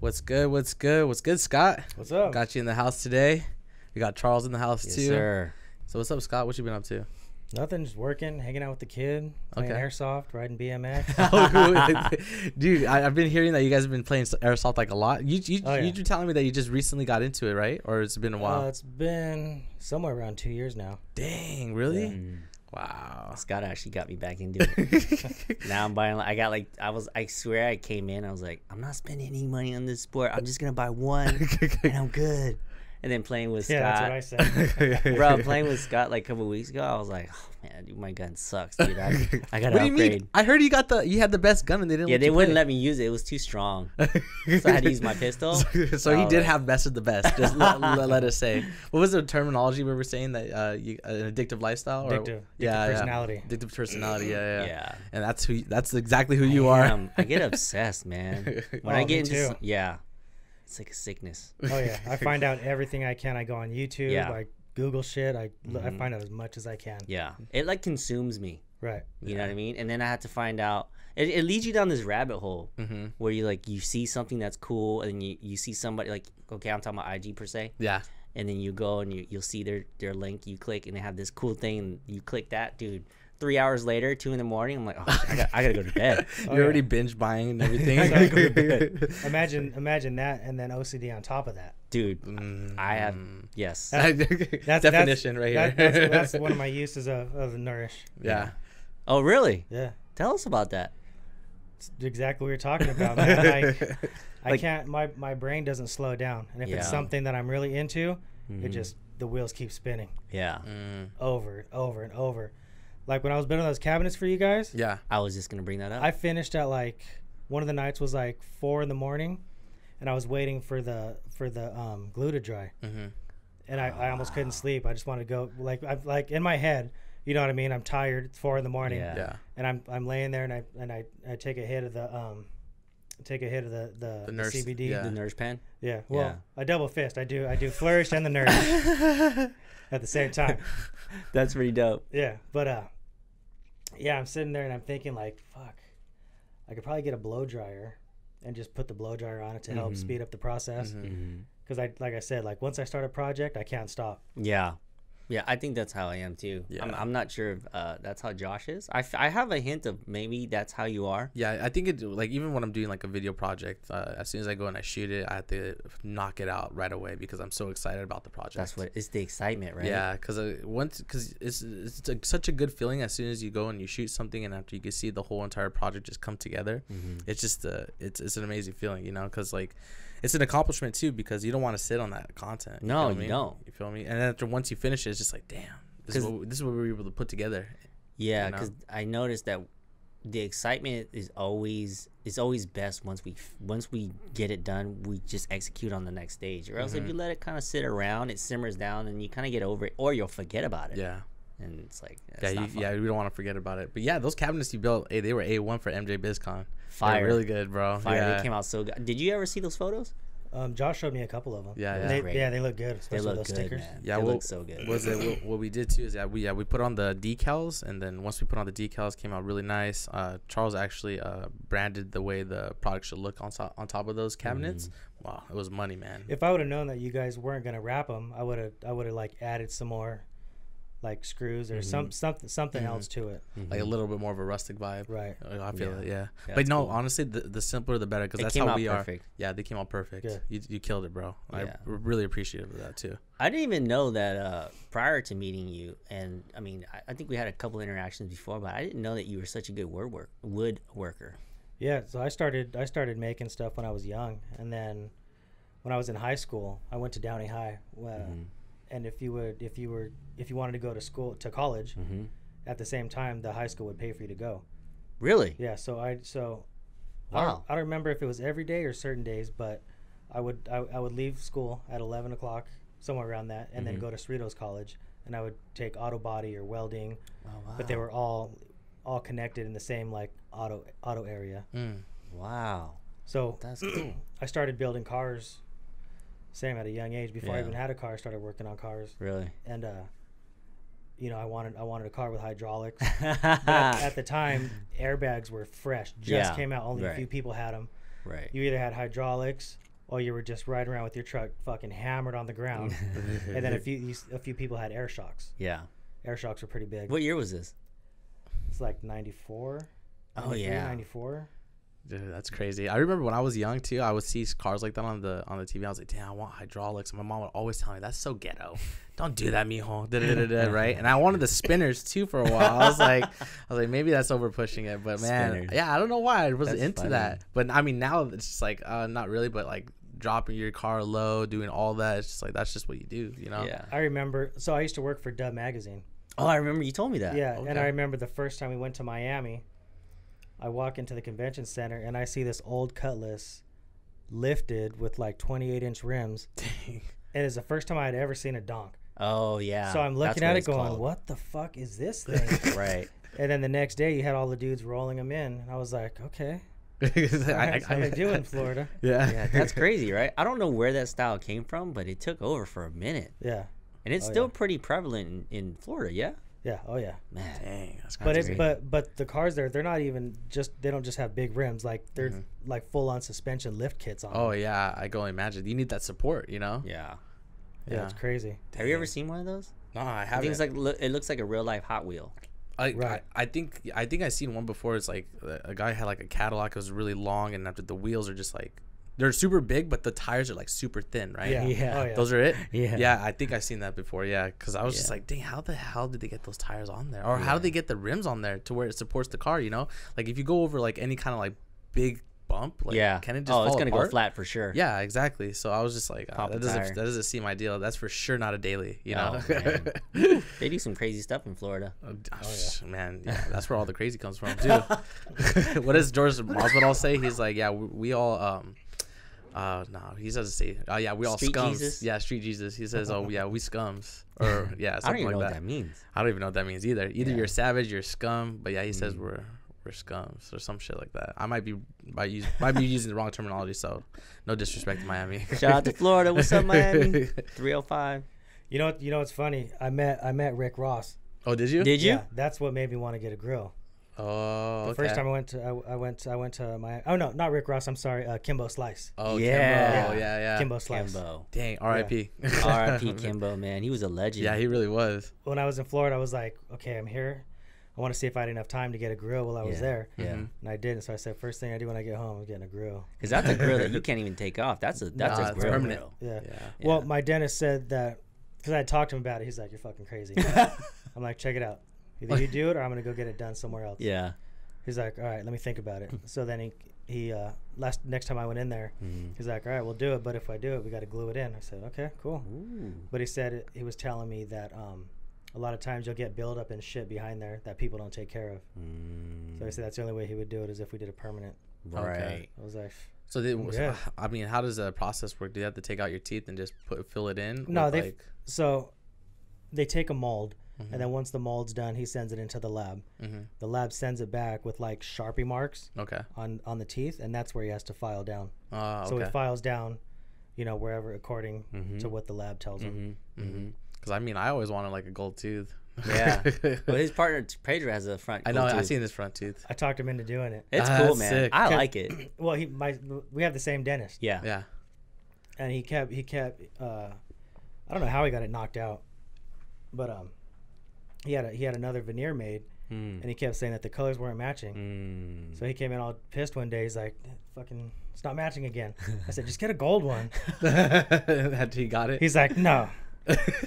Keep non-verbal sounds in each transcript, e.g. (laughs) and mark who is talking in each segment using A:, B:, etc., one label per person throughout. A: What's good? What's good? What's good, Scott?
B: What's up?
A: Got you in the house today. We got Charles in the house
C: Yes,
A: too.
C: sir.
A: So what's up, Scott? What you been up
C: (laughs)
A: to? (laughs)
B: Nothing, just working, hanging out with the kid, playing
A: Okay.
B: airsoft, riding BMX.
A: Dude, I, I've been hearing that you guys have been playing s- airsoft like a lot. You you,
B: Oh, yeah.
A: you were telling me that you just recently got into it, right? Or it's been a while.
B: Uh, it's been somewhere around two years now.
A: Dang, really?
C: Mm.
A: Wow. (laughs)
C: Scott actually got me back into it.
B: (laughs)
C: now I'm buying. I got like I was. I swear I came in. I was like, I'm not spending any money on this sport. I'm just gonna
B: (laughs)
C: buy one, and I'm good. And then playing with
B: Yeah,
C: Scott,
B: that's what I said.
C: bro,
B: (laughs)
C: playing with (laughs) Scott like a couple weeks ago, I was like, oh man, dude, my gun sucks, dude. I, I gotta
A: What do you
C: upgrade.
A: mean? I heard you got the you had the best gun and they didn't.
C: Yeah, they wouldn't let me use it. It was too strong. so I had to use my pistol.
A: (laughs) So, so he
C: Oh,
A: did
C: like-
A: have best of the best. Just
C: (laughs)
A: let, let, let us say. What was the terminology we were saying that uh, you, an addictive lifestyle? Or,
B: Addictive. Addictive personality.
A: Yeah. Addictive personality. Yeah, yeah.
C: Yeah.
A: And that's who. That's exactly who you are.
C: Damn, I get
A: (laughs)
B: (laughs)
C: obsessed, man. When
B: Oh,
C: I
B: me
C: get into,
B: too.
C: some- yeah, it's like a sickness.
B: oh yeah, I find out everything I can. I go on YouTube.
C: Yeah.
B: I Google shit. I l- I find out as much as I can.
C: Yeah, it like consumes me.
B: Right.
C: You know what I mean? And then I had to find out. It, it leads you down this rabbit hole
A: Mm-hmm.
C: where you like you see something that's cool, and then you you see somebody like okay, I'm talking about IG per se,
A: Yeah.
C: and then you go and you you'll see their their link, you click, and they have this cool thing, and you click that, dude. Three hours later, two in the morning, I'm like, (laughs) oh, I, got, I gotta go to (laughs) bed.
A: (laughs) You're already binge buying and
C: (laughs)
A: everything. (laughs)
B: Imagine imagine that, and then OCD on top of that.
C: dude. I have
A: (laughs)
C: yes.
B: That's
A: Mm, definition right here. (laughs)
B: that- that's, that's one of my uses of, of nourish.
A: yeah.
C: oh really?
B: Yeah.
C: Tell us about that.
B: It's exactly what you're talking
A: (laughs)
B: about, man. Like, I can't. My my brain doesn't slow down, and if
C: Yeah.
B: it's something that I'm really into, it just the wheels keep spinning.
C: Yeah,
A: Mm.
B: over and over and over. Like when I was building those cabinets for you guys,
A: Yeah.
C: I was just gonna bring that up.
B: I finished at like one of the nights was like four in the morning, and I was waiting for the for the um, glue to dry,
A: Mm-hmm.
B: and I, I almost couldn't sleep. I just wanted to go like I, like in my head, you know what I mean? I'm tired. It's four in the morning,
C: Yeah.
A: Yeah.
B: and I'm I'm laying there and I and I, I take a hit of the um take a hit of the the, the
A: nurse-
B: CBD.
A: yeah.
B: Yeah.
C: the nurse pen.
B: Well,
C: Yeah.
B: I double fist. I do I do flourish and the nurse
C: (laughs)
A: (laughs)
B: at the same time.
C: That's pretty dope.
B: Yeah, but uh, yeah, I'm sitting there and I'm thinking like, fuck, I could probably get a blow dryer and just put the blow dryer on it to
C: Mm-hmm.
B: help speed up the process. Because I, like I said, like once I start a project, I can't stop.
C: Yeah. Yeah, I think that's how I am too. I'm,
A: Yeah.
C: I'm not sure if uh, that's how Josh is. I, f- I have a hint of maybe that's how you are.
A: Yeah, I think it like even when I'm doing like a video project, uh, as soon as I go and I shoot it, I have to knock it out right away because I'm so excited about the project.
C: That's what it's the excitement, right?
A: Yeah, because once because it's it's a, such a good feeling as soon as you go and you shoot something and after you can see the whole entire project just come together,
C: Mm-hmm.
A: it's just uh it's it's an amazing feeling, you know, because like it's an accomplishment too because you don't want to sit on that content.
C: No,
A: feel
C: you
A: me?
C: don't.
A: You feel me? And then after once you finish it, it's just like damn, this is
C: 'Cause-
A: what we- this is what we were able to put together.
C: Yeah,
A: You know?
C: because I noticed that the excitement is always it's always best once we f- once we get it done. We just execute on the next stage, or
A: Mm-hmm.
C: else if you let it kind of sit around, it simmers down, and you kind of get over it, or you'll forget about it.
A: Yeah.
C: and it's like that's
A: Yeah,
C: not
A: you,
C: fun.
A: yeah, we don't want to forget about it. But yeah, those cabinets you built, hey, they were A one for MJ BizCon.
C: Fire.
A: They're really good, bro.
C: Fire,
A: yeah.
C: they came out so good. Did you ever see those photos?
B: Um, Josh showed me a couple of them.
A: Yeah, yeah.
B: They,
C: Great.
B: yeah, they look good,
C: They
B: especially
C: look
B: those
C: good,
B: stickers.
C: man.
A: Yeah,
C: they
A: well,
C: look so good.
A: Was it what, what we did too? Is yeah, we yeah we put on the decals, and then once we put on the decals, came out really nice. Uh, Charles actually uh, branded the way the product should look on top on top of those cabinets.
C: Mm-hmm.
A: Wow, it was money, man.
B: If I would have known that you guys weren't gonna wrap them, I would have I would have like added some more, like screws or
C: Mm-hmm.
B: some something something else to it.
A: Like a little bit more of a rustic vibe.
B: Right.
A: Uh, I feel
C: Yeah.
A: it, yeah.
C: Yeah,
A: but
C: it's
A: no,
C: cool.
A: honestly, the, the simpler the better because
C: It
A: that's
C: came
A: how
C: out
A: we
C: perfect.
A: are. Yeah, they came out perfect.
B: Good.
A: You, you killed it, bro. I'm
C: Yeah.
A: really appreciative of that too.
C: I didn't even know that uh, prior to meeting you, and I mean, I, I think we had a couple interactions before, but I didn't know that you were such a good word work wood worker.
B: Yeah, so I started I started making stuff when I was young, and then when I was in high school, I went to Downey High. Uh, And if you would, if you were, if you wanted to go to school to college, at the same time, the high school would pay for you to go.
C: Really?
B: Yeah, so I so I don't,
C: Wow.
B: I don't remember if it was every day or certain days, but I would I, I would leave school at eleven o'clock somewhere around that, and then go to Cerritos College, and I would take auto body or welding,
C: Oh, wow.
B: but they were all all connected in the same like auto auto area.
C: Mm. Wow.
B: So
C: That's
B: (clears throat)
C: cool.
B: I started building cars, same at a young age. Before I
C: Yeah.
B: even had a car, I started working on cars,
C: really?
B: and uh, you know, I wanted I wanted a car with
C: (laughs)
B: hydraulics. But
C: right.
B: at the time, airbags were fresh, just
C: Yeah,
B: came out. Only a
C: (laughs) right.
B: few people had them. You either had hydraulics oh, you were just riding around with your truck, fucking hammered on the
C: (laughs)
B: ground, and then a few you, s- a few people had air shocks.
C: Yeah.
B: Air shocks were pretty big.
C: What year was this?
B: It's like ninety four.
C: Oh yeah.
B: ninety four.
A: Dude, that's crazy. I remember when I was young too. I would see cars like that on the on the TV. I was like, "Damn, I want hydraulics." My mom would always tell me, "That's so ghetto. Don't do that, mijo." Da, da, da,
C: (laughs)
A: da, right? And I wanted the spinners too for a while. I was like, I was like, maybe that's over pushing it, but man,
C: Spinners.
A: yeah, I don't know why I wasn't
C: That's
A: into
C: funny.
A: that. But I mean, now it's just like, uh, not really, but like dropping your car low, doing all that. It's just like that's just what you do, you know? (laughs)
C: Yeah.
B: I remember. So I used to work for Dub Magazine.
C: Oh, I remember you told me that.
B: Yeah, and
A: okay.
B: I remember the first time we went to Miami. I walk into the convention center and I see this old Cutlass lifted with like 28 inch rims.
A: Dang.
B: And it's the first time I had ever seen a donk.
C: Oh yeah.
B: so I'm
C: That's
B: looking at it
C: it's
B: going,
C: called.
B: what the fuck is this thing?
A: (laughs)
C: (laughs) Right.
B: and then the next day you had all the dudes rolling them in. And I was like, okay,
A: I- I-
B: that's how they do
A: (laughs)
B: in Florida.
A: Yeah,
C: Yeah, that's crazy, right? I don't know where that style came from, but it took over for a minute,
B: Yeah.
C: and it's
B: Oh,
C: still
B: yeah.
C: pretty prevalent in, in Florida. Yeah.
B: Yeah. Oh, yeah.
C: Man.
A: (laughs) Dang, that's
B: But
A: crazy.
B: it's but but the cars there they're not even just they don't just have big rims like they're like full on suspension lift kits on.
A: oh yeah, I can only imagine. You need that support, you know?
C: Yeah.
B: yeah, it's crazy.
C: Have you ever seen one of those?
A: No, I
C: I
A: haven't.
C: think it's like lo- it looks like a real life Hot Wheel.
A: I,
B: Right.
A: I I think I think I seen one before. It's like uh, a a guy had like a Cadillac. It was really long, and after the wheels are just like they're super big, but the tires are like super thin, right?
B: Yeah.
C: Yeah.
B: Oh, yeah.
A: Those are it.
C: Yeah.
A: Yeah, I think I've seen that before. Yeah, because I was just
C: Yeah.
A: like, dang, how the hell did they get those tires on there, or how do they get the rims on there to where it supports the car? You know, like if you go over like any kind of like big bump, like
C: yeah.
A: can it just
C: oh, it's
A: fall
C: gonna
A: apart?
C: go flat for sure.
A: Yeah, exactly. So I was just like, uh,
C: Pop
A: that
C: a
A: doesn't
C: tire.
A: that doesn't seem ideal. That's for sure not a daily. You know.
C: Oh, man. (laughs) They do some crazy stuff in Florida.
A: Uh, d- Man, yeah, that's where all the crazy comes from, too. (laughs)
C: (laughs)
A: what does George Masvidal say? He's like, yeah, we, we all, um, uh, no, he doesn't say, oh, yeah, we all
C: Street
A: scums.
C: Jesus?
A: Yeah, street Jesus. He says, oh, yeah, we
C: (laughs)
A: scums. Or, yeah,
C: I don't
A: something
C: even
A: like
C: know
A: that.
C: what
A: (laughs)
C: that means.
A: I don't even know what that means either. Either
C: Yeah. Mm.
A: you're savage, you're scum, but yeah, he says we're. We're scums or some shit like that. I might be might, use, might be using the wrong terminology, so no disrespect to Miami.
C: (laughs) Shout out to Florida. What's up,
A: (laughs)
C: oh Miami? 305.
B: You know, you know what's funny? I met I met Rick Ross.
A: oh, did you?
C: Did you?
B: Yeah, that's what made me want to get a grill.
A: Oh,
B: The
A: okay.
B: first time I went to I, I went I went to my oh no not Rick Ross I'm sorry uh, Kimbo Slice
A: Oh,
C: Yeah.
A: Kimbo. yeah, yeah.
B: Kimbo
A: (laughs)
B: Slice.
C: Kimbo.
A: Dang, R.I.P. (laughs)
C: R.I.P. Kimbo, man. He was a legend.
A: Yeah, he really was.
B: When I was in Florida, I was like, okay, I'm here. I want to see if I had enough time to get a grill while I was
C: Yeah.
B: there.
C: Yeah.
A: Mm-hmm.
B: And I didn't, so I said, first thing I do when I get home, I'm getting a grill.
C: Because that's a grill that
A: (laughs)
C: you can't even take off. That's a that's
A: Nah,
C: a
A: it's
C: grill.
A: permanent.
C: grill.
B: Yeah.
A: Yeah.
B: Well,
C: Yeah.
B: my dentist said that because I had talked to him about it. He's like, you're fucking
C: (laughs)
B: crazy.
A: (laughs)
B: I'm like, check it out. Either you do it, or I'm gonna go get it done somewhere else.
C: Yeah.
B: He's like, all right, let me think about it. So then he he uh, last next time I went in there, he's like, all right, we'll do it, but if I do it, we got to glue it in. I said, okay, cool.
C: Ooh.
B: But he said it, he was telling me that um, a lot of times you'll get buildup and shit behind there that people don't take care of. So he said that's the only way he would do it is if we did a permanent.
C: Mm, Right.
B: I was like,
A: So they, w-
B: Yeah.
A: I mean, how does the process work? Do you have to take out your teeth and just put fill it in?
B: No,
A: with,
B: they-
A: like,
B: so they take a mold, and then once the mold's done, he sends it into the lab. The lab sends it back with like sharpie marks
A: okay.
B: on on the teeth, and that's where he has to file down.
A: Uh,
B: So
A: okay.
B: he files down, you know, wherever according to what the lab tells him.
A: Because Mm-hmm. I mean, I always wanted like a gold tooth. (laughs)
C: Yeah. well, his partner Pedro has a front.
A: I know.
C: goatee.
A: I've seen this front tooth.
B: I talked him into doing it.
C: It's
A: Ah,
C: cool,
A: that's
C: man.
A: sick.
C: I
B: Cause-
C: like it.
B: Well, he my we have the same dentist,
C: Yeah.
A: Yeah.
B: and he kept he kept uh, I don't know how he got it knocked out, but um, he had a, he had another veneer made, and he kept saying that the colors weren't matching.
A: Hmm. (laughs)
C: Mm.
B: So he came in all pissed one day. He's like, "Fucking, it's not matching again." I said, "Just get a gold one."
A: that he got it.
B: He's like, "No."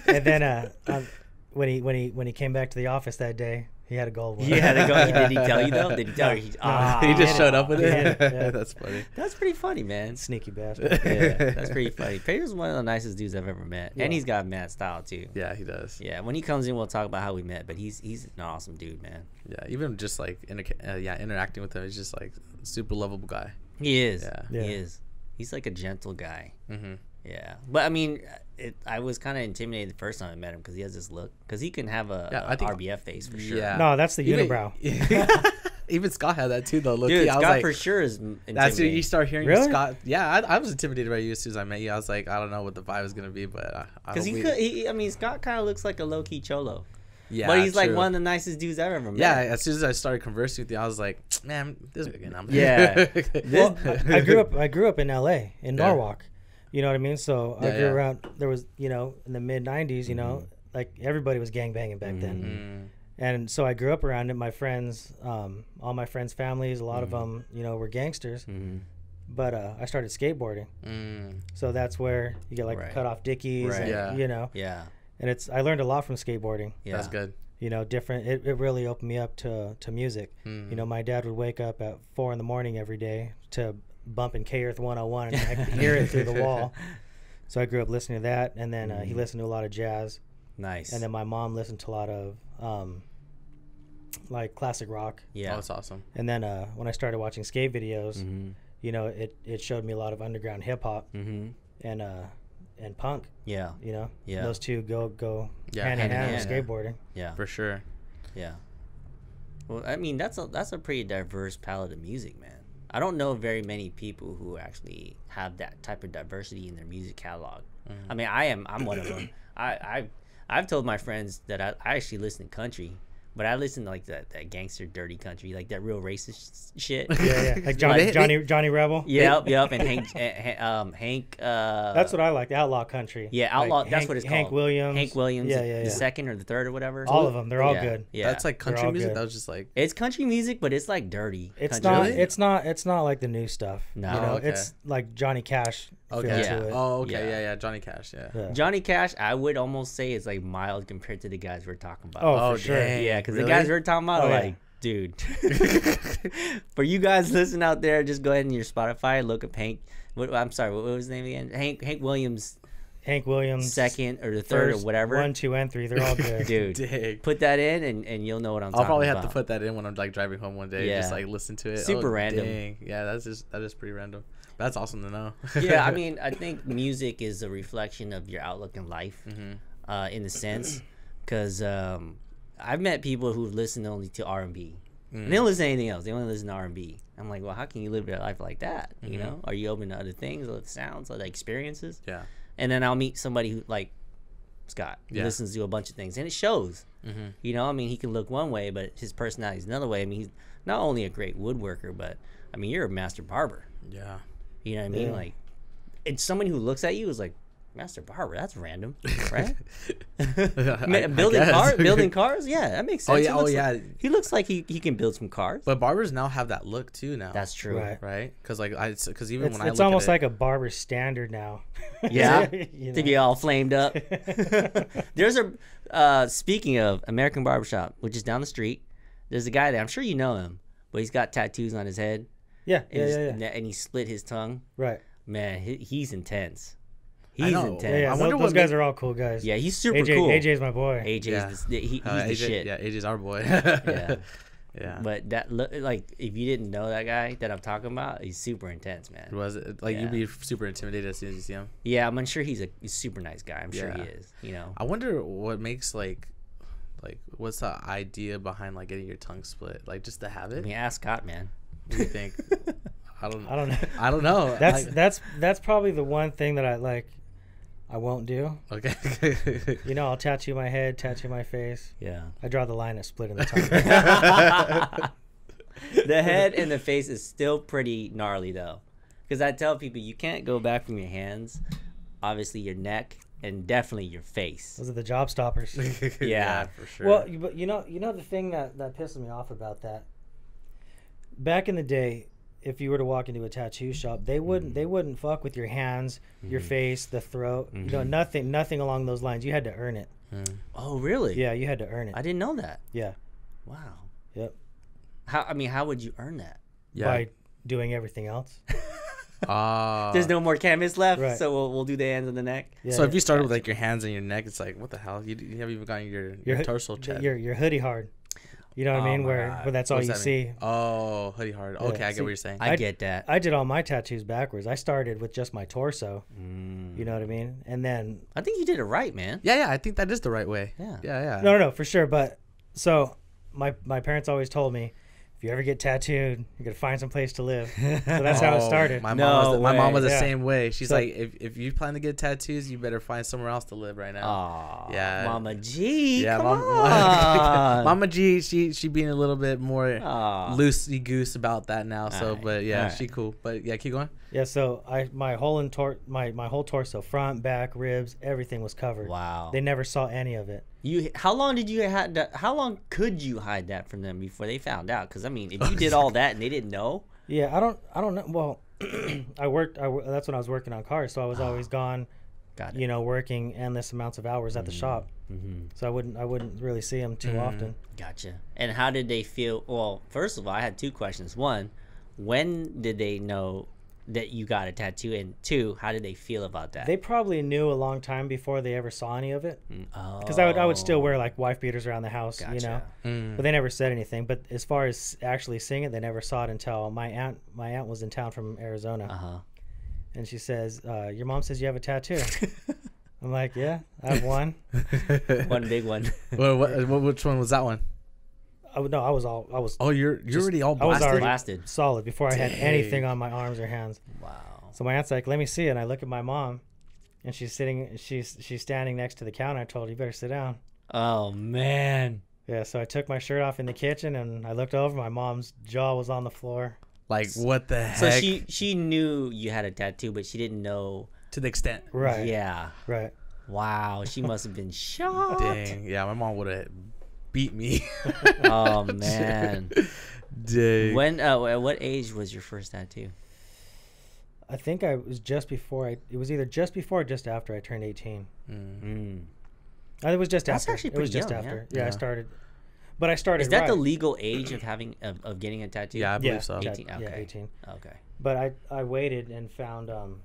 B: And
A: (laughs)
B: then uh, (laughs) um, when he when he when he came back to the office that day, he had a gold one.
C: You had to go. Did (laughs) he tell
A: (laughs)
C: you though? Did he tell you? He, ah,
A: he just showed up with
B: He
A: it.
B: did
A: (laughs)
B: it, yeah.
A: That's funny.
C: That's pretty funny,
B: (laughs)
C: man.
B: sneaky bastard.
C: (laughs)
A: (laughs)
C: yeah, that's pretty funny. Pedro's one of the nicest dudes I've ever met, and he's got mad style too.
A: Yeah, he does.
C: Yeah, when he comes in, we'll talk about how we met. But he's he's an awesome dude, man.
A: Yeah, even just like interca- uh, yeah, interacting with him is just like super lovable guy.
C: He is.
A: Yeah.
B: Yeah.
C: He is. He's like a gentle guy.
A: Mm-hmm.
C: Yeah, but I mean, it, I was kind of intimidated the first time I met him because he has this look. Because he can have a,
A: Yeah,
C: a
A: I think-
C: RBF face for sure.
A: Yeah.
B: No, that's the
A: Even-
B: unibrow.
A: Even (laughs) Scott had that too, though. Look,
C: dude,
A: I
C: Scott
A: was like,
C: for sure is m-
A: That's when
C: intimidating.
A: you start hearing
B: Really?
A: Scott. Yeah, I, I was intimidated by you as soon as I met you. I was like, I don't know what the vibe is gonna be, but I- I
C: Because
A: hope
C: he
A: we-
C: could. He, I mean, Scott kind of looks like a low key cholo,
A: yeah,
C: but he's like
A: true.
C: one of the nicest dudes I've ever met.
A: Yeah, as soon as I started conversing with you, I was like, man, this again. I'm
C: Yeah.
A: (laughs)
B: Well, I, I grew up I grew up in L.A. in
A: Yeah.
B: Norwalk, You know what I mean? So I
A: Yeah, Mm-hmm.
B: grew
A: yeah.
B: around. There was you know in the mid '90s. You know, like everybody was gang banging back
A: (laughs) Mm.
B: then. and so I grew up around it. My friends, um, all my friends' families, a lot of
A: Mm-hmm.
B: them, you know, were gangsters.
C: Mhm.
B: But uh, I started skateboarding,
A: Mm.
B: so that's where you get like
C: Right.
B: cut off dickies,
C: Right.
B: and,
A: Yeah.
B: you know.
C: Yeah.
B: And it's I learned a lot from skateboarding.
C: Yeah.
A: That's good.
B: You know, different. It, it really opened me up to to music.
A: Mm.
B: You know, my dad would wake up at four in the morning every day to bumping K Earth 101, and I could hear it through the wall. So I grew up listening to that, and then uh, he listened to a lot of jazz,
C: Nice.
B: and then my mom listened to a lot of um, like classic rock.
A: Oh,
C: yeah.
A: that's awesome.
B: And then uh, when I started watching skate videos,
C: Mm-hmm.
B: you know, it, it showed me a lot of underground hip hop
C: Mm-hmm.
B: and uh, and punk.
C: Yeah.
B: You know,
C: Yeah.
B: those two go go
A: Yeah,
B: hand in hand
C: hand in
B: with
C: hand.
B: skateboarding.
C: Yeah.
A: For sure.
C: Yeah. Well, I mean, that's a that's a pretty diverse palette of music, man. I don't know very many people who actually have that type of diversity in their music catalog.
B: Mm-hmm.
C: I mean, I am I'm one
B: (coughs)
C: of them. I I I've told my friends that I, I actually listen to country, but I listen to like that, that gangster dirty country, like that real racist s- shit.
B: (laughs) Yeah, yeah. Like Johnny
A: they-
B: Johnny Johnny Rebel.
C: Yep, yep, and Hank, eh, eh, um, Hank. Uh,
B: That's what I like, outlaw country.
C: yeah,
B: Like
C: outlaw. that's
B: Hank-
C: what it's called.
B: Hank Williams.
C: Hank Williams.
B: Yeah,
C: the-
B: yeah,
C: The
B: yeah.
C: second or the third or whatever.
B: All of them. They're all
C: Yeah,
B: good.
C: Yeah,
A: That's like country
B: all
A: music.
B: good.
A: That was just like
C: It's country music, but it's like dirty.
B: It's
C: country
B: not.
C: music.
B: It's not. It's not like the new stuff.
C: No.
B: you know,
A: Oh, okay.
B: it's like Johnny Cash feel
A: okay.
C: Yeah.
B: to it.
A: Oh, okay.
C: Yeah.
A: Yeah. yeah, Johnny Cash. Yeah.
B: Yeah.
C: Johnny Cash. I would almost say is like mild compared to the guys we're talking about.
B: Oh, for sure.
A: dang,
C: yeah, because the
A: really?
C: guys we're talking about
B: Oh,
C: are
B: yeah.
C: like, dude. (laughs) For you guys listening out there, just go ahead in your Spotify, look up Hank. What, I'm sorry, what was his name again? Hank Hank Williams,
B: Hank Williams.
C: second or the third
B: first,
C: or whatever.
B: One, two, and three. (laughs) They're
C: (laughs)
B: all good.
C: dude,
A: Dig.
C: put that in, and, and you'll know what I'm
A: I'll
C: talking about.
A: probably have to put that in when I'm like driving home one day. Just
C: Yeah.
A: like listen to it.
C: Super
A: Oh,
C: random.
A: dang. Yeah, that's just that is pretty random. That's awesome to know.
C: (laughs)
A: (laughs)
C: yeah, I mean, I think music is a reflection of your outlook in life,
A: Mm-hmm.
C: uh, in a sense, because um, I've met people who listen only to R and B.
A: Mm.
C: They don't listen to anything else. They only listen to R and B. I'm like, well, how can you live your life like that?
A: Mm-hmm.
C: You know, are you open to other things, other sounds, other experiences?
A: yeah.
C: And then I'll meet somebody who like Scott who
A: Yeah. Mm-hmm.
C: listens to a bunch of things, and it shows. You know, I mean, he can look one way, but his personality is another way. I mean, he's not only a great woodworker, but I mean, you're a master barber.
A: Yeah.
C: You know what I mean?
B: Yeah.
C: Like, it's someone who looks at you is like, Master Barber, that's
A: (laughs)
C: random, right? (laughs)
A: I-
C: Ma-
A: I
C: building
A: guess. (laughs)
C: cars, building cars, yeah, that makes
A: Oh,
C: sense.
A: yeah,
C: he
A: oh,
C: looks
A: yeah.
C: Like, he looks like he, he can build some cars.
A: But barbers now have that look too now.
C: that's true.
B: Right.
A: right. Because like I, because even
B: It's,
A: when I
B: it's
A: look
B: almost
A: at
B: like a barber standard now. (laughs)
A: (laughs)
C: Yeah,
B: You
C: to
B: know?
C: be all flamed up. there's a uh, speaking of American Barbershop, which is down the street. There's a guy there. I'm sure you know him, but he's got tattoos on his head,
B: Yeah,
C: and,
B: yeah,
C: his-
B: yeah,
C: and
B: yeah.
C: that- and he split his tongue.
B: Right.
C: Man, he, he's intense.
A: I
C: He's
A: know.
C: intense.
B: Yeah,
C: Yeah,
B: yeah.
A: I
B: tho-
A: wonder
B: those
A: what
B: guys
A: made-
B: are all cool guys.
C: he's super
B: AJ,
C: cool.
B: AJ's my boy.
C: AJ's
A: Yeah.
C: the, he, he's
A: uh,
C: the
A: AJ
C: shit.
A: Yeah, AJ's our boy.
C: (laughs) Yeah.
A: yeah. (laughs) Yeah.
C: But that look like if you didn't know that guy that I'm talking about, he's super intense, man.
A: Was it like
C: Yeah.
A: you'd be super intimidated as soon as you see him?
C: Yeah, I'm sure he's a he's a super nice guy. I'm sure he
A: Yeah.
C: is. You know.
A: I wonder what makes like, like what's the idea behind like getting your tongue split? Like just to have
C: I
A: it?
C: mean, ask Scott, man.
A: Do you think? I don't.
B: I don't know. (laughs)
A: I don't know.
B: That's
A: Like-
B: that's that's probably the one thing that I like. I won't do.
A: okay. (laughs)
B: You know, I'll tattoo my head, tattoo my face.
C: (laughs) Yeah.
B: I draw the line at splitting the tongue.
A: (laughs)
C: (laughs) the head and the face is still pretty gnarly though, because I tell people you can't go back from your hands, obviously your neck, and definitely your
B: (laughs)
C: face.
B: Those are the job stoppers.
C: Yeah.
A: for sure.
B: Well, you- but you know, you know the thing that that pisses me off about that. Back in the day, if you were to walk into a tattoo shop, they
A: Mm-hmm.
B: wouldn't they wouldn't fuck with your hands, your face, the throat. You
A: Mm-hmm.
B: know, nothing nothing along those lines. You had to earn it.
A: Hmm.
C: Oh, really?
B: Yeah, you had to earn it.
C: I didn't know that.
B: yeah.
C: Wow.
B: Yep.
C: How? I mean, how would you earn that?
A: yeah.
B: By doing
A: (laughs)
B: everything else.
A: Ah.
C: There's no more canvas left,
B: Right.
C: so we'll, we'll do the hands and the neck.
B: Yeah,
A: so if
B: yeah.
A: you started with like your hands and your neck, it's like what the hell? You, you haven't even gotten your, your,
B: hoo-
A: torso
B: th-
A: checked.
B: Your your hoodie hard. You know what
C: Oh
B: I mean?
C: my
B: Where
C: God.
B: where that's all
A: What's
B: you
A: that
B: see.
A: mean? Oh, hoodie hard. Okay, I get
B: see,
A: what you're saying.
C: I,
B: I-
C: get that.
B: I did all my tattoos backwards. I started with just my torso. You know what I mean? And then
C: I think you did it right, man.
A: yeah, yeah. I think that is the right way.
C: Yeah.
A: Yeah, yeah.
B: no, no, no, for sure. But so my my parents always told me if you ever get tattooed, you're gonna find some place to live. So that's how it
A: (laughs) Oh,
B: started.
A: My
C: No
A: mom was the, my mom
C: way.
A: was the
B: Yeah.
A: same way. She's
B: So-
A: like, if, if you plan to get tattoos, you better find somewhere else to live right now.
C: Aw,
A: Yeah.
C: Mama G.
A: yeah, mom,
C: come
A: (laughs)
C: (laughs) on.
A: Mama G, she she being a little bit more
C: Aw.
A: loosey goose about that now. So,
C: Alright,
A: but yeah,
C: alright.
A: she cool. But yeah, keep going.
B: Yeah, so I my whole entor- my my whole torso, front, back, ribs, everything was covered.
C: Wow.
B: They never saw any of it.
C: You how long did you hide that? How long could you hide that from them before they found out? Because I mean, if you did all that and they didn't know,
B: Yeah, I don't I don't know. Well, (clears throat) I worked. I, wo- that's when I was working on cars, so I was always gone.
C: got it.
B: You know, working endless amounts of hours at the shop.
C: Mhm.
B: So I wouldn't I wouldn't really see them too often.
C: Gotcha. And how did they feel? Well, first of all, I had two questions. One, when did they know that you got a tattoo? And two, how did they feel about that?
B: They probably knew a long time before they ever saw any of it. Because I would I would still wear like wife beaters around the house, you know.
C: Gotcha. Hmm.
A: Mm.
B: But they never said anything. But as far as actually seeing it, they never saw it until my aunt my aunt was in town from Arizona,
C: Uh huh.
B: and she says, uh, "Your mom says you have a
C: (laughs)
B: tattoo." I'm like, "Yeah, I have one."
C: One big one.
A: well, (laughs) what, what, which one was that one?
B: I, would- no, I was all I was
A: Oh, you're you're already all
B: I was
A: blasted.
B: already
C: Blasted.
B: solid before I had anything on my arms or hands.
C: wow.
B: So my aunt's like, "Let me see," it. and I look at my mom, and she's sitting she's she's standing next to the counter. I told her, "You better sit down."
C: Oh man.
B: Yeah, so I took my shirt off in the kitchen and I looked over. My mom's jaw was on the floor.
A: like what the
C: So
A: heck?
C: she she knew you had a tattoo, but she didn't know.
A: to the extent.
B: Right.
C: Yeah.
B: Right.
C: Wow. She must have been shocked.
A: Dang. Yeah, my mom would have beat (laughs) me.
C: Oh man.
A: Dang.
C: When uh, at what age was your first tattoo?
B: I think I was just before I. It was either just before or just after I turned eighteen.
A: Mm-hmm.
C: Mm.
B: I think it was just
C: That's
B: after.
C: actually
B: it was
C: pretty
B: just
C: young, yeah.
B: after. Yeah.
A: Yeah.
B: I started, but I started.
C: Is that the
B: right.
C: legal age of having of, of getting a tattoo?
A: Yeah, I believe
B: yeah,
A: so.
B: yeah,
C: 18,
B: yeah,
C: okay.
B: eighteen.
C: Okay.
B: But I I waited and found um,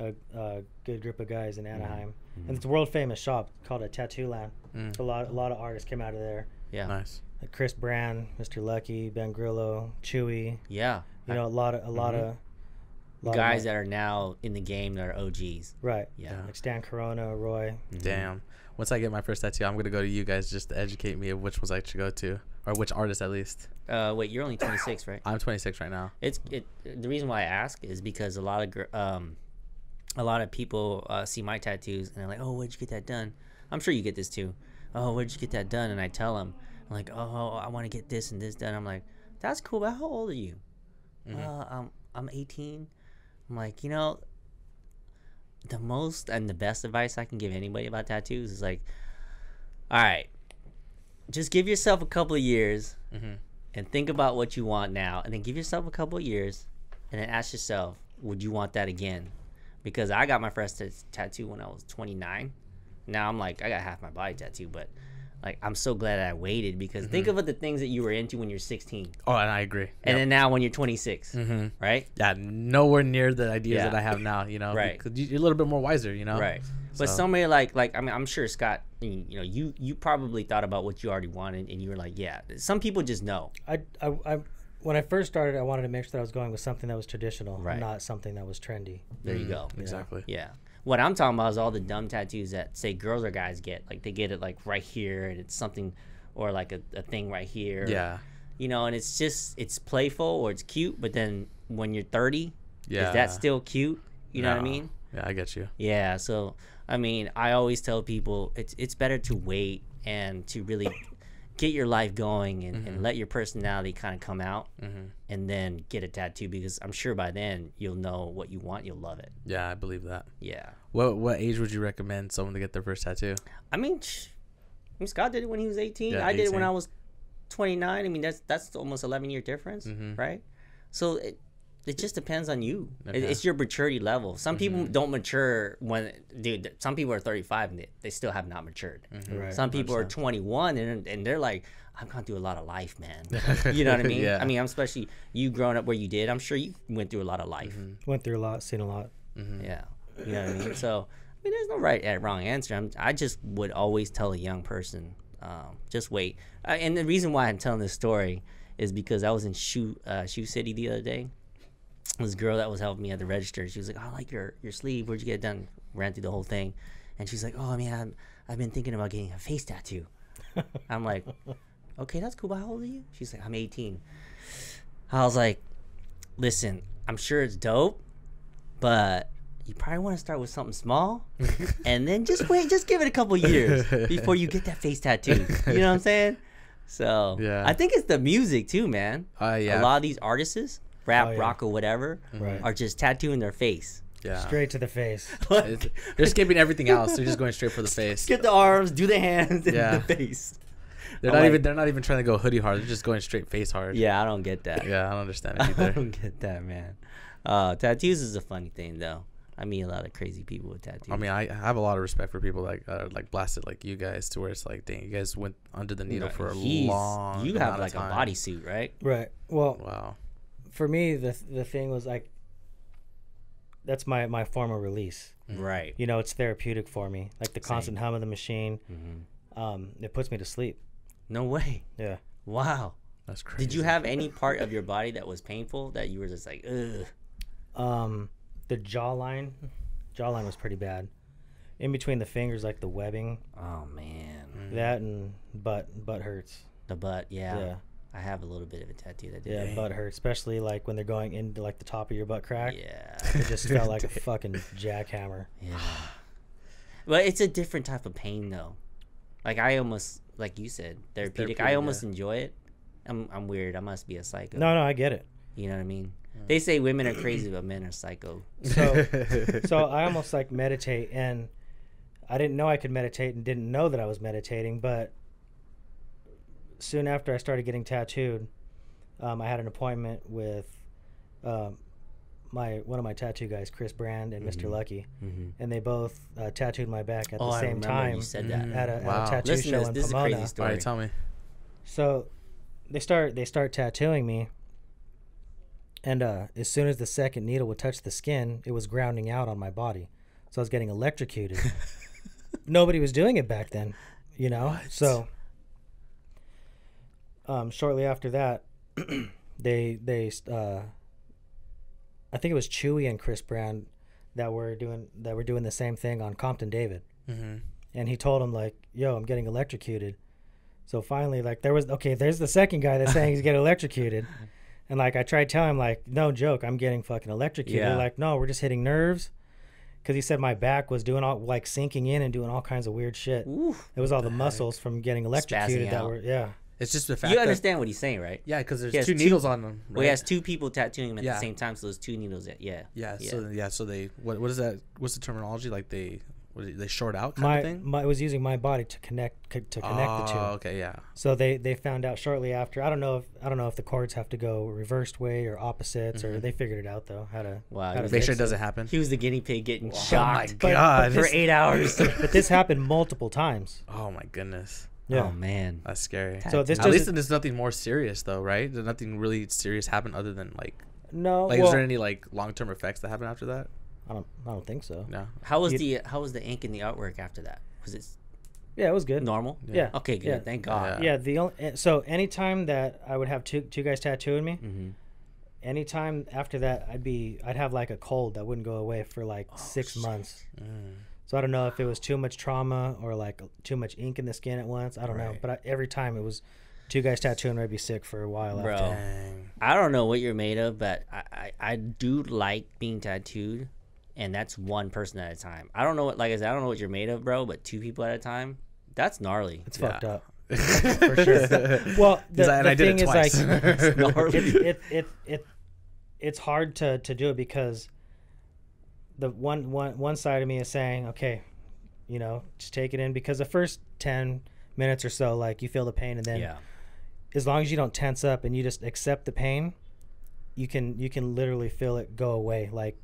B: a, a good group of guys in
C: Mm-hmm.
B: Anaheim, and it's a world famous shop called a Tattoo Land.
A: Mm.
B: A lot a lot of artists came out of there.
C: Yeah.
A: Nice.
B: Like Chris Brand, Mr. Lucky, Ben Grillo, Chewy.
C: Yeah.
B: You know a lot of a lot of lot of
C: Mm-hmm. Guys
B: my-
C: that are now in the game that are OGs.
B: right.
C: Yeah.
B: Like Stan Corona, Roy.
A: Damn. Once I get my first tattoo, I'm gonna go to you guys just to educate me of which ones I should go to, or which artist at least.
C: Uh, wait, you're only 26, right?
A: I'm 26 right now.
C: It's it. The reason why I ask is because a lot of gir- um, a lot of people uh, see my tattoos and they're like, "Oh, where'd you get that done?" I'm sure you get this too. Oh, where'd you get that done? And I tell them, I'm like, "Oh, I want to get this and this done." I'm like, "That's cool, but how old are you?" Uh, I'm I'm 18. I'm like, you know, the most and the best advice I can give anybody about tattoos is like, all right, just give yourself a couple of years and think about what you want now, and then give yourself a couple of years, and then ask yourself, would you want that again? Because I got my first t- tattoo when I was 29. Now I'm like, I got half my body tattooed, but like, I'm so glad I waited because think of the things that you were into when you're 16,
A: Oh, and I agree.
C: and then now when you're 26,
A: Mm-hmm.
C: right?
A: yeah, nowhere near the ideas
C: Yeah.
A: that I have now. You know,
C: Right.
A: Because you- You're a little bit more wiser. You know,
C: right but
A: So-
C: somebody like like i mean i'm sure scott you you know you you probably thought about what you already wanted and you were like yeah some people just know
B: I, I, I, when I first started, I wanted to make sure that I was going with something that was traditional,
C: Right.
B: not something that was trendy.
C: there you go
A: Exactly.
C: yeah what i'm talking about is all the dumb tattoos that say girls or guys get like they get it like right here and it's something or like a, a thing right here
A: Yeah.
C: you know and it's just it's playful or it's cute but then when you're 30
A: Yeah.
C: is that still cute you know what i
A: No.
C: mean
A: Yeah, I get you.
C: Yeah, so I mean, I always tell people it's it's better to wait and to really get your life going and,
A: Mm-hmm.
C: and let your personality kind of come out and then get a tattoo because I'm sure by then you'll know what you want, you'll love it.
A: Yeah, I believe that.
C: Yeah.
A: What What age would you recommend someone to get their first tattoo?
C: I mean, sh- I mean, Scott did it when he was 18.
A: Yeah,
C: I did it when
A: 18.
C: I was 29. I mean, that's that's almost 11 year difference,
A: Mm-hmm.
C: right? So it it just depends on you. It-
A: Okay. Mm-hmm.
C: it's your maturity level. Some people don't mature when dude. th- Some people are 35 and they, they still have not matured.
A: Mm-hmm.
B: Right,
C: some people are 21 and and they're like, I've gone through a lot of life,
A: (laughs)
C: man. you know what I mean?
A: Yeah.
C: I mean, I'm especially you growing up where you did. I'm sure you went through a lot of life.
A: Mm-hmm.
B: Went through a lot, seen a lot.
C: Yeah. You know what I mean? So, I mean, there's no right and wrong answer. I'm, I just would always tell a young person, um, just wait. Uh, and the reason why I'm telling this story is because I was in Shoe, uh, Shoe City the other day. This girl that was helping me at the register, she was like, "Oh, I like your, your sleeve. Where'd you get it done? Ran through the whole thing. And she's like, Oh, I mean, I'm, I've been thinking about getting a face tattoo. I'm like, Okay, that's cool. But how old are you? She's like, I'm 18. I was like, listen, I'm sure it's dope, but you probably want to start with something small (laughs) and then just wait, just give it a couple years before you get that face tattoo. You know what I'm saying? So
A: Yeah.
C: I think it's the music too, man.
A: Uh, yeah. Mm-hmm.
C: A lot of these artists, rap,
B: Oh, yeah.
C: rock, or whatever,
B: Right.
C: are just tattooing
A: (laughs)
C: their face.
A: Yeah.
B: Straight to the face.
C: Like,
A: It's- they're skipping everything else. They're just going straight for the face.
C: (laughs) skip the arms, do the hands, and
A: Yeah.
C: the face.
A: They're
C: I'm
A: not
C: like-
A: even. They're not even trying to go hoodie hard. They're just going straight face hard.
C: Yeah, I don't get that.
A: Yeah, I don't understand it
C: (laughs) I
A: either.
C: don't get that, man. Uh, tattoos is a funny thing, though. I meet a lot of crazy people with tattoos.
A: I mean, I I have a lot of respect for people like uh, like blasted like you guys, to where it's like, dang, you guys went under the needle
C: Like,
A: for a
C: he's-
A: long.
C: You
A: amount
C: have
A: of
C: like a
A: time.
C: bodysuit, right?
B: Right. Well,
A: Wow.
B: for me, the the thing was like, that's my my form of release.
A: Mm-hmm.
C: Right.
B: You know, it's therapeutic for me. Like the constant hum of the machine, um, it puts me to sleep.
C: Mm-hmm. No way.
B: Yeah.
C: Wow.
A: That's crazy.
C: Did
B: (laughs)
C: you have any part of your body that was painful that you were just like, ugh?
B: Um, the jawline, jawline was pretty bad. In between the fingers, like the webbing,
C: Oh
A: Mm.
C: man,
B: that and butt butt hurts.
C: the butt. Yeah.
B: Yeah.
C: I have a little bit of a tattoo that did.
B: Yeah,
C: that.
B: butt hurts, especially like when they're going into like the top of your butt crack.
C: (laughs) Yeah.
B: It just felt like a fucking jackhammer.
C: yeah. But it's a different type of pain though. Like I almost, like you said, therapeutic. I
A: therapeutic,
C: almost enjoy it. I'm, I'm weird. I must be a psycho.
B: No, no, I get it.
C: You know what I mean? They say women are crazy, but men are psycho.
B: So, so I almost like meditate, and I didn't know I could meditate, and didn't know that I was meditating. But soon after I started getting tattooed, um, I had an appointment with um, my one of my tattoo guys, Chris Brand and Mr. Lucky, and they both uh, tattooed my back at
C: Mm-hmm. Oh,
B: the
C: I
B: same
C: remember
B: time Mm-hmm.
C: you said that.
A: Mm.
B: at, a, at
A: Wow.
B: a tattoo
C: Listen to
B: show
C: this.
B: in
C: This is a
B: Pomona.
C: crazy
A: All
C: story.
A: right, tell me.
B: So they start they start tattooing me. And uh, as soon as the second needle would touch the skin, it was grounding out on my body. So I was getting electrocuted. Nobody was doing it back then, you know? So um, shortly after that, (clears throat) they they uh, I think it was Chewy and Chris Brand that were doing that were doing the same thing on Compton David
A: Mm-hmm.
B: and he told him like, "Yo, I'm getting electrocuted." So finally, like, there was okay. There's the second guy that's saying he's getting electrocuted, and like I tried telling him like, "No joke, I'm getting fucking electrocuted."
C: Yeah.
B: Like, no, we're just hitting nerves, because he said my back was doing all like sinking in and doing all kinds of weird shit.
C: Ooh.
B: It was all the muscles from getting electrocuted that
C: out.
B: were yeah.
A: It's just the fact.
C: You
A: that-
C: understand what he's saying, right?
A: Yeah, because there's
C: He has
A: two
C: two-
A: needles on them. Right?
C: Well, he has two people tattooing him at
A: Yeah.
C: the same time, so those two needles. That, yeah.
A: Yeah, So yeah. So they. What what is that? What's the terminology? Like they. What, is it, they short out kind of
B: My,
A: thing.
B: my it was using my body to connect co- to connect the two.
A: Oh, okay. Yeah.
B: So they they found out shortly after. I don't know if I don't know if the cords have to go reversed way or opposites, or they figured it out though how to
C: Wow,
B: How
C: you
B: to
A: Make
B: fix
A: sure it doesn't happen.
C: He was the guinea pig
B: Oh
C: getting
A: my
C: shocked
A: god.
C: for eight hours.
B: but this happened multiple times. Um,
A: oh my goodness.
B: (laughs) Yeah.
C: Oh man.
A: That's scary.
B: so this
A: At least
B: doesn't-
A: there's nothing more serious though, right? There's nothing really serious happened other than like
B: no.
A: like
B: Oh, well,
A: is there any like long term effects that happen after that?
B: I don't. I don't think so.
A: No.
C: How was the how was the ink and the artwork after that? Was it
B: Yeah, it was good.
C: normal?
B: Yeah.
C: Okay, good.
B: Yeah.
C: Thank God.
B: Yeah. The only eh, so anytime that I would have two two guys tattooing me,
C: Mm-hmm.
B: anytime after that I'd be I'd have like a cold that wouldn't go away for like
A: Oh,
B: six months.
A: Mm,
B: So I don't know if it was too much trauma or like too much ink in the skin at once. I don't know.
A: Right.
B: But I, every time it was two guys tattooing, I'd be sick for a while.
C: Bro,
B: After.
A: Dang.
C: I don't know what you're made of, but I, I, I do like being tattooed, and that's one person at a time. I don't know what like I said, I don't know what you're made of, bro, but two people at a time, that's gnarly.
B: It's
A: Yeah.
B: fucked up.
A: For (laughs)
B: sure. Well, the,
A: He's like, and
B: the
A: I
B: thing
A: did it
B: is
A: twice.
B: like.
A: (laughs)
B: (laughs)
C: gnarly.
B: it's it, it, it, it's hard to, to do it because the one, one one side of me is saying okay you know just take it in because the first 10 minutes or so like you feel the pain and then
C: yeah.
B: as long as you don't tense up and you just accept the pain you can you can literally feel it go away like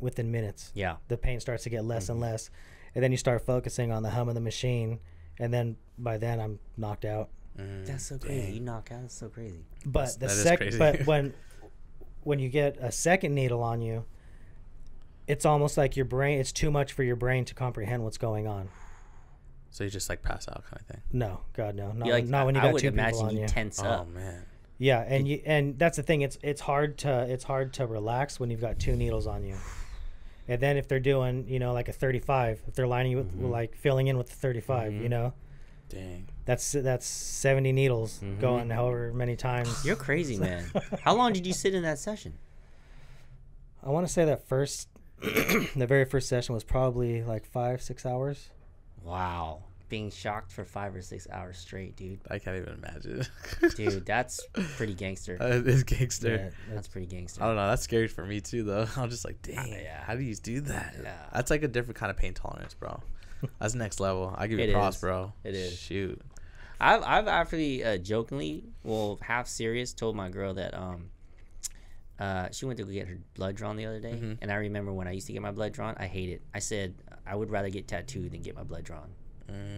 B: within minutes
C: Yeah.
B: the pain starts to get less and less and then you start focusing on the hum of the machine and then by then i'm knocked out
A: Mm,
C: That's so crazy. You knock out. That's so crazy.
B: But the
A: that is
B: second,
A: crazy.
C: (laughs)
B: but when when you get a second needle on you, it's almost like your brain. It's too much for your brain to comprehend what's going on.
A: so you just like pass out kind of thing.
B: No, God, no, not,
C: You're like,
B: when- not when you
C: I, I
B: got
C: would
B: two people
C: imagine
B: on
C: you,
B: you. Um.
C: tense
A: Oh
C: up.
A: man.
B: yeah, and you and that's the thing. It's it's hard to it's hard to relax when you've got two needles on you. And then if they're
C: Mm-hmm.
B: doing, you know, like a 35, if they're lining you with like filling in with the 35, you know,
A: Dang.
B: that's that's 70 needles going however many times.
C: Mm-hmm. You're
B: (laughs)
C: crazy, man. How long did you sit in that session?
B: I want to say that first, (clears throat) the very first session was probably like five, six hours.
C: Wow. Being shocked for five or six hours straight, dude.
A: I can't even imagine.
C: Dude, that's pretty gangster.
A: (laughs) Uh, this gangster.
C: That's pretty gangster.
A: I don't know. That's scary for me too, though. (laughs) I'm just like, dang,
C: yeah.
A: how do you do that?
C: Yeah.
A: That's like a different kind of pain tolerance,
C: (laughs)
A: bro. That's next level. I give you
C: It
A: props,
C: is.
A: bro.
C: It is.
A: Shoot.
C: I've I've actually uh, jokingly, well, half serious, told my girl that um, uh, she went to go get her blood drawn the other day, and I remember when I used to get my blood drawn, I hate it. I said I would rather get tattooed than get my blood drawn.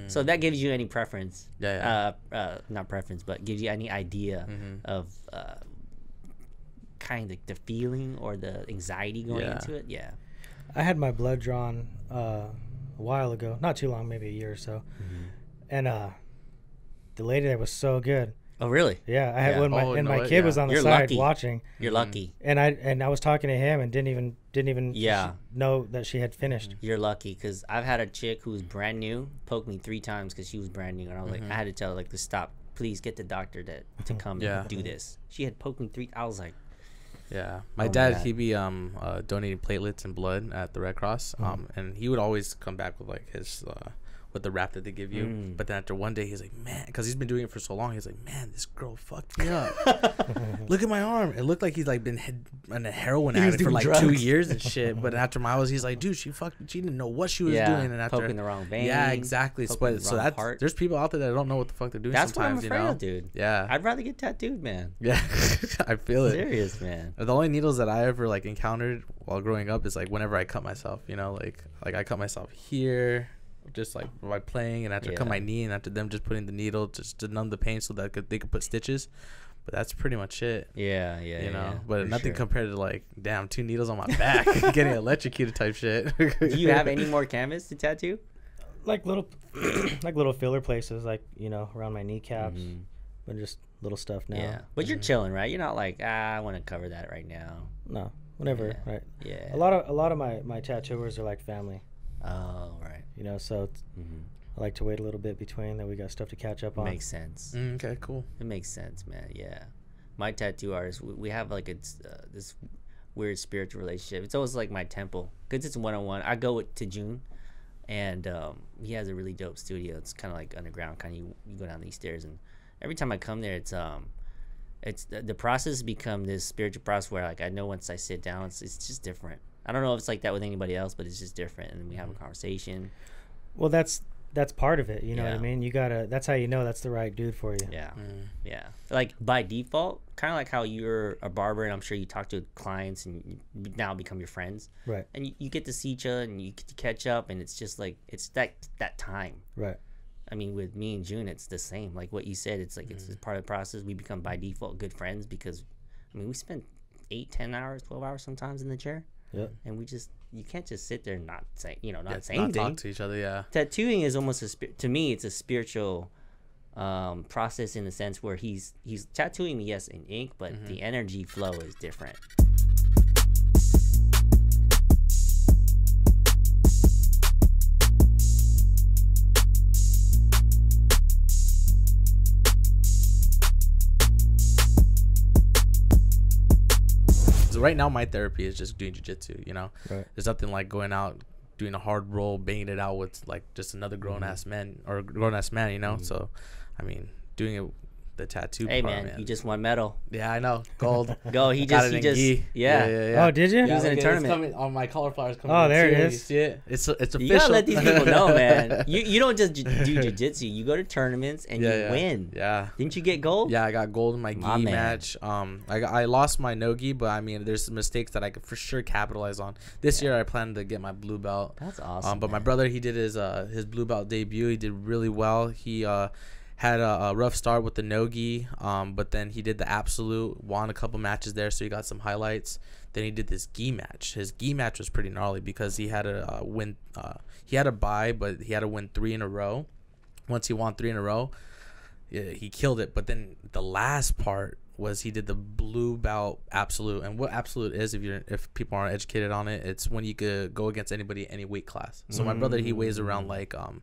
C: So if that gives you any preference,
A: Yeah, yeah.
C: Uh, uh, not preference, but gives you any idea of uh, kind of the feeling or the anxiety going
A: Yeah.
C: into it. Yeah,
B: I had my blood drawn uh, a while ago, not too long, maybe a year or so.
C: Mm-hmm.
B: And uh, the lady there was so good.
C: Oh, really?
B: Yeah, I had
A: Yeah.
B: one. My,
A: Oh,
B: and
A: no
B: my
A: way.
B: kid
A: Yeah.
B: was on the
C: You're
B: side
C: lucky.
B: watching,
C: You're lucky.
B: and I and I was talking to him and didn't even didn't even
C: Yeah.
B: know that she had finished.
C: You're lucky because I've had a chick who was brand new poke me three times because she was brand new, and I was
A: Mm-hmm.
C: like, I had to tell her like to stop. Please get the doctor that to come
A: Yeah.
C: and do this. She had poked me three. I was like,
A: Yeah, my
C: my
A: dad
C: God.
A: he be um uh, donating platelets and blood at the Red Cross,
C: Mm.
A: um, and he would always come back with like his uh, with the wrap that they give you.
C: Mm.
A: But then after one day, he's like, man, because he's been doing it for so long, he's like, man, this girl fucked me
C: (laughs)
A: up. Look at my arm; it looked like he's like been head- on a heroin
C: was
A: addict for
C: doing
A: like two
C: drugs.
A: years
C: (laughs)
A: and shit. But after Miles, he's like, dude, she fucked. She didn't know what she was
C: Yeah,
A: doing, and after
C: poking the wrong
A: Yeah,
C: vein,
A: exactly. So,
C: poking the
A: so
C: wrong
A: that's
C: part.
A: there's people out there that don't know what the fuck they're doing.
C: that's what I'm
A: sometimes,
C: afraid
A: you know?
C: of, dude.
A: Yeah,
C: I'd rather get tattooed, man.
A: (laughs) yeah, (laughs) I feel it.
C: Serious, man.
A: The only needles that I ever like encountered while growing up is like whenever I cut myself, you know, like like I cut myself here, just like by playing, and I had to cut
C: Yeah.
A: my knee, and after them just putting the needle just to numb the pain so that could, they could put stitches, but that's pretty much it,
C: Yeah, yeah.
A: you know.
C: yeah,
A: but
C: for
A: nothing
C: sure.
A: compared to like damn two needles on my back, (laughs) getting electrocuted type shit.
C: (laughs) do you have any
A: (laughs)
C: more canvas to tattoo? Mm-hmm.
B: Like little, (clears throat) like little filler places, like you know around my kneecaps, but just little stuff now.
C: Mm-hmm. Yeah, but
A: Mm-hmm.
C: you're chilling, right? You're not like ah, I want to cover that right now.
B: No, whenever right.
C: Yeah.
B: A lot of a lot of my my tattooers are like family,
C: Oh, right. Mm-hmm.
B: you know. So it's- I like to wait a little bit between that. We got stuff to catch up on.
C: Makes sense.
A: Mm, okay, cool.
C: It makes sense, man. Yeah, my tattoo artist, we, we have like it's uh, this weird spiritual relationship. It's always like my temple because it's one on one. I go with, to June, and um, he has a really dope studio. It's kind of like underground, kind of you, you go down these stairs, and every time I come there, it's um, it's the, the process become this spiritual process where like I know once I sit down, it's, it's just different. I don't know if it's like that with anybody else, but it's just different, and we have a conversation.
B: Well, that's that's part of it. You know what
C: Yeah.
B: I mean? You gotta. That's how you know that's the right dude for you.
C: Yeah.
A: Mm.
C: Yeah. Like by default, kind of like how you're a barber and I'm sure you talk to clients and you now become your friends.
B: Right.
C: And you, you get to see each other and you get to catch up and it's just like it's that that time.
B: Right.
C: I mean, with me and June, it's the same. Like what you said, it's like
A: Mm.
C: it's part of the process. We become by default good friends because, I mean, we spend eight, ten hours, twelve hours sometimes in the chair,
B: Yep.
C: and we just you can't just sit there and not say you know not say
A: Not
C: anything
A: talk to each other, yeah.
C: tattooing is almost a spi- to me it's a spiritual um, process in the sense where he's he's tattooing me yes in ink but
A: Mm-hmm.
C: the energy flow is different
A: So right now my therapy is just doing jujitsu. You know,
B: Right.
A: there's nothing like going out doing a hard roll, banging it out with like just another grown
C: Mm-hmm.
A: ass man or grown ass man. You know, so I mean, doing it the tattoo.
C: hey
A: part,
C: man, you just won medal
A: yeah, I know gold.
C: (laughs) go he
A: Got
C: just
A: it
C: he
A: in
C: just
A: gi.
C: yeah,
A: yeah,
B: Oh, did you?
C: He was
A: look at it,
C: in a
A: it's
C: tournament.
A: coming- on my cauliflower's coming.
B: Oh,
A: in
B: there it
A: too, you
B: is.
A: see it? It's it's official.
C: You gotta let these people know,
A: (laughs)
C: man. You you don't just ju- do jujitsu. You go to tournaments and
A: yeah,
C: you
A: yeah.
C: win.
A: Yeah.
C: Didn't you get gold?
A: Yeah, I got gold in my gi
C: My man.
A: match. Um, I, got- I lost my no gi, but I mean, there's some mistakes that I could for sure capitalize on. This year, I plan to get my blue belt.
C: That's awesome,
A: Um, but my
C: man.
A: brother, he did his uh his blue belt debut. He did really well. He uh had a, a rough start with the no gi, um, but then he did the absolute, won a couple matches there, so he got some highlights. Then he did this gi match. His gi match was pretty gnarly because he had a uh, win. Uh, he had a buy, but he had to win three in a row. Once he won three in a row, yeah, he killed it. But then the last part was he did the blue belt absolute, and what absolute is if you're if people aren't educated on it, it's when you could go against anybody any weight class. So my brother he weighs around like um,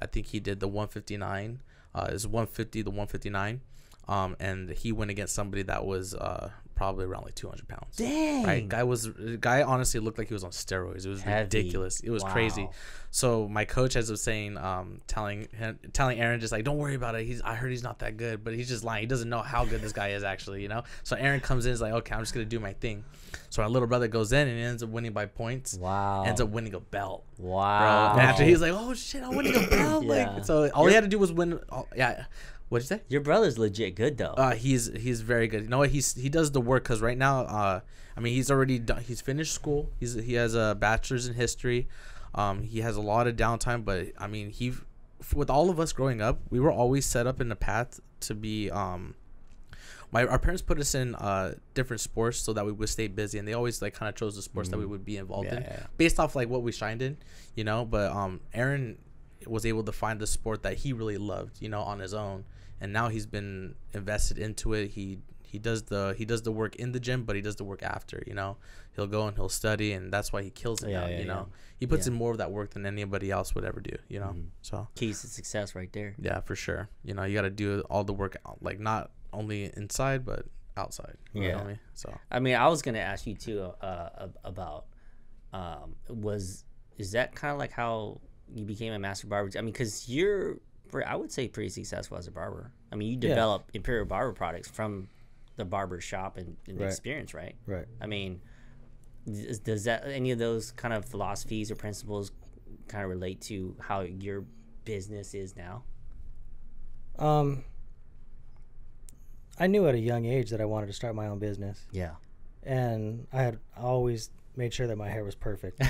A: I think he did the 159. uh, is 150 to 159. Um, and he went against somebody that was uh, probably around like 200 pounds.
C: Dang.
A: Right, guy was guy honestly looked like he was on steroids. It was
C: Heavy.
A: ridiculous. It was crazy.
C: Wow.
A: So my coach ends up saying, um, telling him, telling Aaron just like, don't worry about it. He's I heard he's not that good, but he's just lying. He doesn't know how good this guy is actually, you know. So Aaron comes in, is like, okay, I'm just gonna do my thing. So my little brother goes in and he ends up winning by points.
C: Wow.
A: Ends up winning a belt. Bro.
C: wow.
A: And after he's like, oh shit, I winning a
C: (laughs)
A: belt.
C: Yeah.
A: Like so, all he had to do was win. all yeah. What'd you say?
C: Your brother's legit good though.
A: Uh, he's he's very good. You know what? He's he does the work because right now, uh, I mean, he's already done, he's finished school. He's he has a bachelor's in history. Um, he has a lot of downtime, but I mean, he f- with all of us growing up, we were always set up in the path to be um, my our parents put us in uh different sports so that we would stay busy and they always like kind of chose the sports that we would be involved
C: Mm-hmm. Yeah,
A: in
C: yeah.
A: based off like what we shined in you know but um aaron was able to find the sport that he really loved you know on his own and now he's been invested into it he he does the he does the work in the gym but he does the work after you know he'll go and he'll study and that's why he kills it
C: Yeah,
A: now
C: yeah,
A: you
C: yeah.
A: know he puts
C: Yeah. Mm-hmm.
A: in more of that work than anybody else would ever do you know so
C: Keys to success right there.
A: yeah, for sure. You know, you got to do all the work, out- like not only inside but outside. You yeah.
C: Yeah.
A: me? So
C: I mean, I was gonna ask you too uh, ab- about um, was is that kind of like how you became a master barber? I mean, because you're, pre- I would say, pretty successful as a barber. I mean, you develop Imperial Barber products from the barber shop and, and the
B: Right.
C: experience, right?
B: Right.
C: I mean, does, does that any of those kind of philosophies or principles kind of relate to how your business is now?
B: Um, I knew at a young age that I wanted to start my own business,
C: (laughs) Yeah.
B: and I had always made sure that my hair was
C: (laughs)
B: perfect.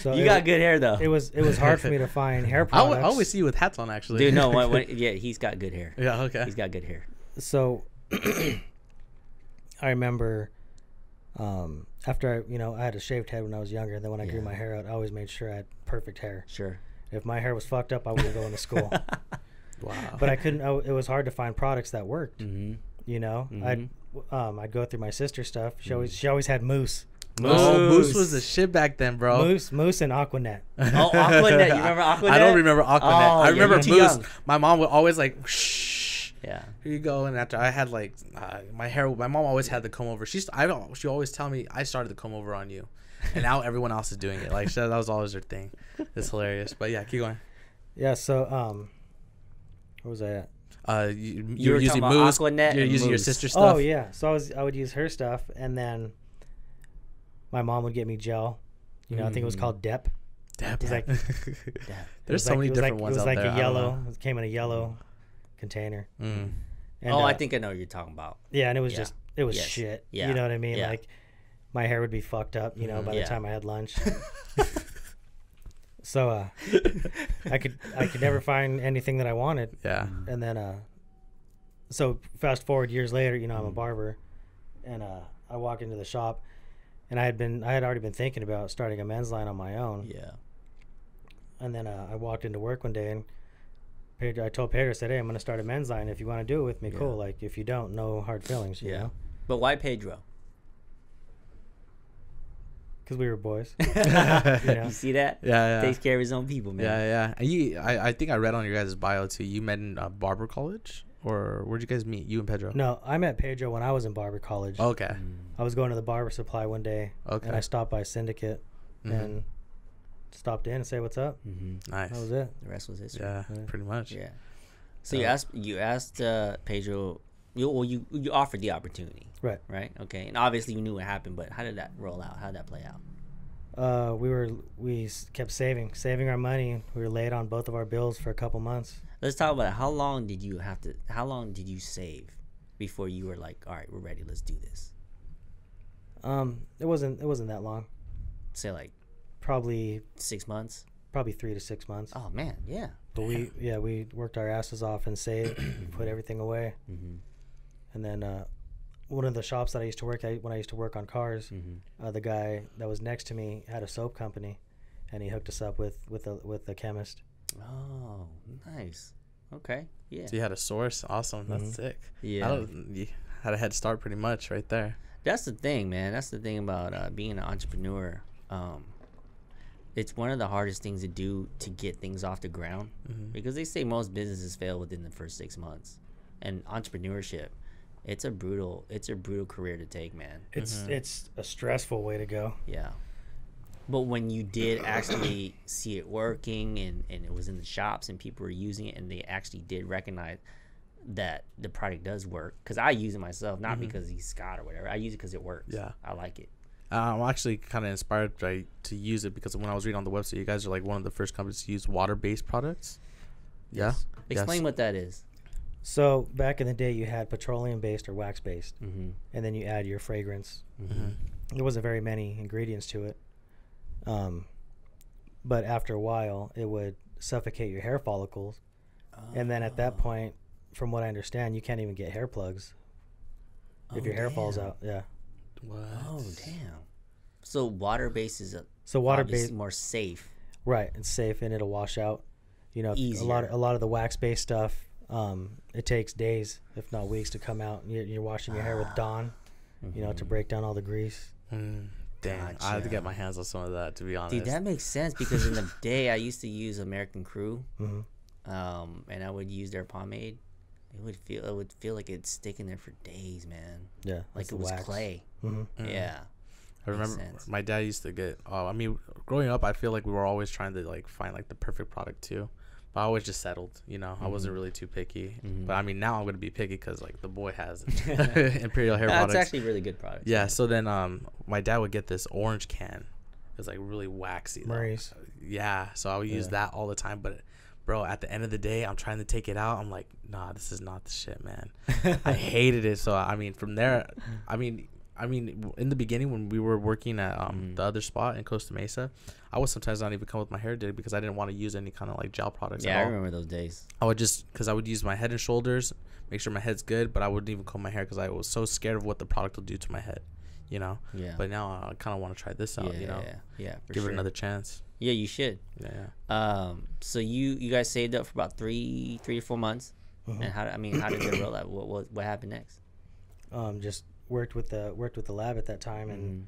B: So
C: you
B: it
C: got
B: wa-
C: good hair though.
B: It was it was hard for me to
C: (laughs)
B: find hair
A: I al- I
B: products.
A: always see you with hats on, actually.
B: (laughs)
C: Dude, no,
A: (laughs)
C: when, when, yeah, he's got good hair.
A: yeah. Okay.
C: He's got good hair.
B: so (clears throat) I remember um, after I you know I had a shaved head when I was younger, and then when I grew
C: Yeah.
B: my hair out, I always made sure I had perfect hair.
C: Sure.
B: If my hair was fucked up, I wouldn't go into
C: (laughs)
B: school.
A: wow.
B: But I couldn't. I, w- it was hard to find products that worked.
C: Mm-hmm. Mm-hmm.
B: You know, I'd um, I'd go through my sister's stuff. She always she always had moose,
A: oh, Moose
C: Moose.
A: was the shit back then, bro.
B: moose, moose, and Aquanet.
C: Oh,
A: (laughs)
C: Aquanet. You remember Aquanet? Oh,
A: I don't remember Aquanet. I
C: yeah,
A: remember
C: you're too
A: Moose.
C: young.
A: My mom would always like, shh.
C: Yeah.
A: Here you go. And after I had like uh, my hair, my mom always had the comb over. She's I don't. She always tell me I started the comb over on you, (laughs) and (laughs) now everyone else is doing it. Like that was always her thing. It's hilarious. But yeah, keep going.
B: Yeah. So um, what was I at?
A: Uh, you, you,
C: were
A: were
C: talking
A: using
C: about
A: moose.
C: Aquanet
A: you're
C: and
A: using your
C: Moose.
A: sister's stuff.
B: Oh yeah. So I was I would use her stuff, and then my mom would get me gel. You know, I think it was
C: Mm.
B: called Dep.
A: Dab, (laughs)
B: It's
A: dab.
B: like- It
A: There's
B: was
A: so
B: like-
A: many
B: it was
A: different
B: like,
A: ones
B: It was
A: out
B: like
A: there. I
B: a
A: don't
B: yellow.
A: know.
B: It came in a yellow container.
A: Mm.
B: And,
C: oh, I
B: uh,
C: think I know what you're
A: (laughs)
C: talking about.
B: Yeah, and it was
C: yeah.
B: just it was
C: Yes.
B: shit.
C: Yeah.
B: You know what I mean?
C: Yeah. Mm-hmm.
B: Like my hair would be fucked up. You know, by
C: Yeah.
B: the time I had
C: (laughs)
B: lunch. so uh, I could I could never find anything that I wanted.
A: Yeah.
B: and then uh so fast forward years later you know i'm
C: Mm.
B: a barber and uh i walk into the shop and i had been i had already been thinking about starting a men's line on my own
C: Yeah.
B: and then uh, i walked into work one day and Pedro, i told pedro I said hey i'm going to start a men's line if you want to do it with me cool like if you don't no hard feelings you
C: Yeah.
B: yeah
C: But why Pedro?
A: (laughs)
B: because we were boys (laughs)
A: yeah,
B: know?
C: You see that?
A: yeah.
C: Takes care of his own people, man.
A: yeah, yeah. And you, I, I think I read on your guys' bio too. You met in uh, barber college, or where'd you guys meet? You and Pedro. Oh,
B: no i met pedro when i was in barber college
A: Okay.
C: Mm-hmm.
B: i was going to the barber supply one day
A: Okay. Mm-hmm.
B: and i stopped by syndicate and stopped in and say what's up
A: Nice.
B: that was it
C: Mm-hmm. The rest was history.
A: Yeah, Pretty much.
C: Yeah. So you asked you asked uh, Pedro. You, well, you you offered the opportunity,
B: right
C: right? Okay, and obviously you knew what happened, but how did that roll out? How did that play out?
B: Uh, we were we s- kept saving, saving our money. We were late on both of our bills for a couple months.
C: Let's talk about it. How long did you have to? How long did you save before you were like, all right, we're ready. Let's do this.
B: Um, it wasn't it wasn't that long.
C: Say like
B: Probably
C: six months.
B: probably three to six months.
C: Oh man, yeah.
B: But we yeah we worked our asses off and saved, put everything away, and then uh, one of the shops that I used to work at when I used to work on cars,
A: Mm-hmm.
B: uh, the guy that was next to me had a soap company, and he hooked us up with with a with a chemist.
C: Oh, nice. Okay. Yeah.
A: So you had a source. Awesome.
B: Mm-hmm.
A: That's sick.
C: Yeah.
A: I don't, you had a head start pretty much right there.
C: That's the thing, man. That's the thing about uh, being an entrepreneur. Um, it's one of the hardest things to do to get things off the ground
A: Mm-hmm.
C: because they say most businesses fail within the first six months, and entrepreneurship, it's a brutal it's a brutal career to take, man.
B: It's it's a stressful way to go.
C: Yeah. But when you did actually see it working and, and it was in the shops and people were using it and they actually did recognize that the product does work because I use it myself, not because he's Scott or whatever. I use it because it works.
A: Yeah.
C: I like it.
A: Uh, I'm actually kind of inspired by, to use it because when I was reading on the website, you guys are like one of the first companies to use water-based products. Yeah. Yes.
C: Explain what that is.
B: So back in the day, you had petroleum based or wax based,
C: Mm-hmm.
B: and then you add your fragrance.
C: Mhm.
B: There wasn't very many ingredients to it, um, but after a while, it would suffocate your hair follicles, and then at that point, from what I understand, you can't even get hair plugs if
C: Oh,
B: your hair falls
C: damn.
B: out. Yeah.
A: What?
C: Oh damn! So water based is a
B: So water based,
C: more safe.
B: right? It's safe and it'll wash out. You know, a lot
C: Easier.
B: a lot of the wax based stuff. Um, it takes days, if not weeks, to come out. You're, you're washing your hair
C: Ah.
B: with Dawn, you
C: Mm-hmm.
B: know, to break down all the grease.
A: Mm, damn. I have to
C: Gotcha.
A: get my hands on some of that to be honest.
C: Dude, that makes sense because
A: (laughs)
C: in the day I used to use American Crew,
B: Mhm.
A: Mm-hmm.
C: um, and I would use their pomade. It would feel it would feel like it'd stick in there for days, man.
B: Yeah,
C: Like
B: that's
C: it
B: the
C: was
B: wax.
C: clay.
B: Mhm.
A: Mm-hmm.
C: Yeah.
A: I
C: Makes
A: remember
C: sense.
A: my dad used to get. Uh, I mean, growing up, I feel like we were always trying to like find like the perfect product too. But I always just settled, you know. I wasn't
C: Mm-hmm.
A: really too picky. But I mean, now I'm gonna be picky because like the boy
C: (laughs)
A: has (laughs) imperial hair
C: That's
A: products.
C: actually really good product.
A: yeah. So then, um, my dad would get this orange can. It was like really waxy. though.
B: Murray's.
A: Yeah. So I would use that all the time, but. Bro, at the end of the day, I'm trying to take it out. I'm like, nah, this is not the shit,
C: (laughs)
A: man. I hated it. So I mean, from there,
C: Mm.
A: I mean, I mean, w- in the beginning when we were working at um,
C: Mm.
A: the other spot in Costa Mesa, I would sometimes not even come with my hair did because I didn't want to use any kind of like gel products
C: Yeah, I
A: at all.
C: remember those days.
A: I would just because I would use my head and shoulders, make sure my head's good, but I wouldn't even comb my hair because I was so scared of what the product will do to my head, you know.
C: Yeah.
A: But now I kind of want to try this out,
C: yeah,
A: you know.
C: yeah, yeah, for
A: Give
C: sure.
A: it another chance.
C: Yeah, you should.
A: Yeah. yeah.
C: Um, so you you guys saved up for about three three to four months,
A: Mm-hmm.
C: and how I mean, how did the rollout? What what what happened next?
B: Um, just worked with the worked with the lab at that time and
C: Mm-hmm.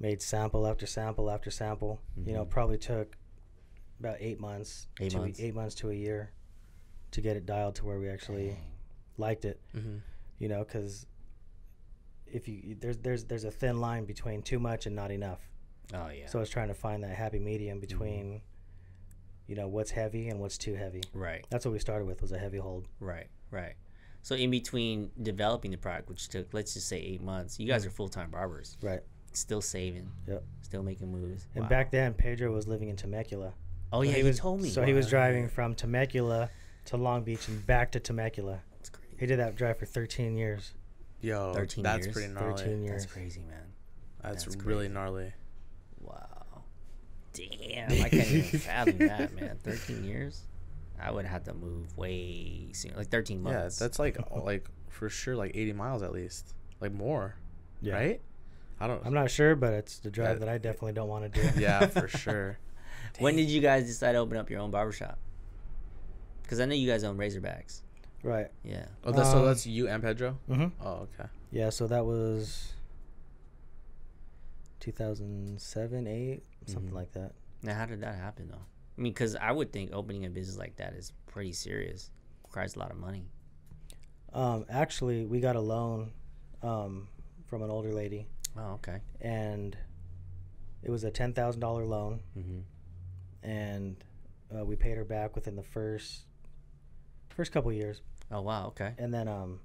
B: made sample after sample after sample. You know, probably took about eight months,
C: Mm-hmm. Eight
B: to,
C: months.
B: eight months to a year, to get it dialed to where we actually liked it.
A: Mhm.
B: You know, because if you there's there's there's a thin line between too much and not enough.
C: Oh yeah. Mm-hmm.
B: So I was trying to find that happy medium between, you know, what's heavy and what's too heavy.
C: right.
B: That's what we started with was a heavy hold.
C: Right, right. So in between developing the product, which took let's just say eight months, you guys
B: Mm.
C: are full time barbers,
B: Right.
C: still saving,
B: Yep.
C: still making moves.
B: And
C: Wow.
B: back then, Pedro was living in Temecula.
C: oh yeah,
B: he
C: you
B: was,
C: told me.
B: So he was driving from Temecula to Long Beach and back to Temecula.
C: That's crazy.
B: He did that drive for 13 years.
A: Yo,
C: 13
A: that's
C: years?
A: pretty gnarly.
B: 13 years.
C: That's crazy, man.
A: That's,
C: That's
A: really
C: crazy.
A: gnarly.
C: Wow. Damn, I can't
B: (laughs)
C: even fathom that, man. Thirteen years. I would have to move way sooner, like thirteen months.
A: Yeah, that's
C: (laughs)
A: like uh, like for sure like 80 miles at least, like more,
B: Yeah.
A: right? I don't.
B: I'm not sure, but it's the drive
A: Yeah.
B: that I definitely don't want (laughs) to
A: (laughs)
B: do.
A: yeah, for sure.
C: when did you guys decide to open up your own barbershop? Because I know you guys own Razorbacks.
B: Right.
C: Yeah.
A: Oh, that's, so
B: Um,
A: that's you and Pedro.
B: Mm-hmm.
A: Oh, okay.
B: Yeah, so that was 2007, 8,
C: Mm-hmm.
B: something like that.
C: Now, how did that happen though? I mean, because I would think opening a business like that is pretty serious. Requires a lot of money.
B: Um, actually, we got a loan um, from an older lady,
C: Oh, okay.
B: and it was a $10,000 loan,
C: Mm-hmm.
B: and uh, we paid her back within the first first couple years.
C: Oh wow. Okay.
B: And then, um,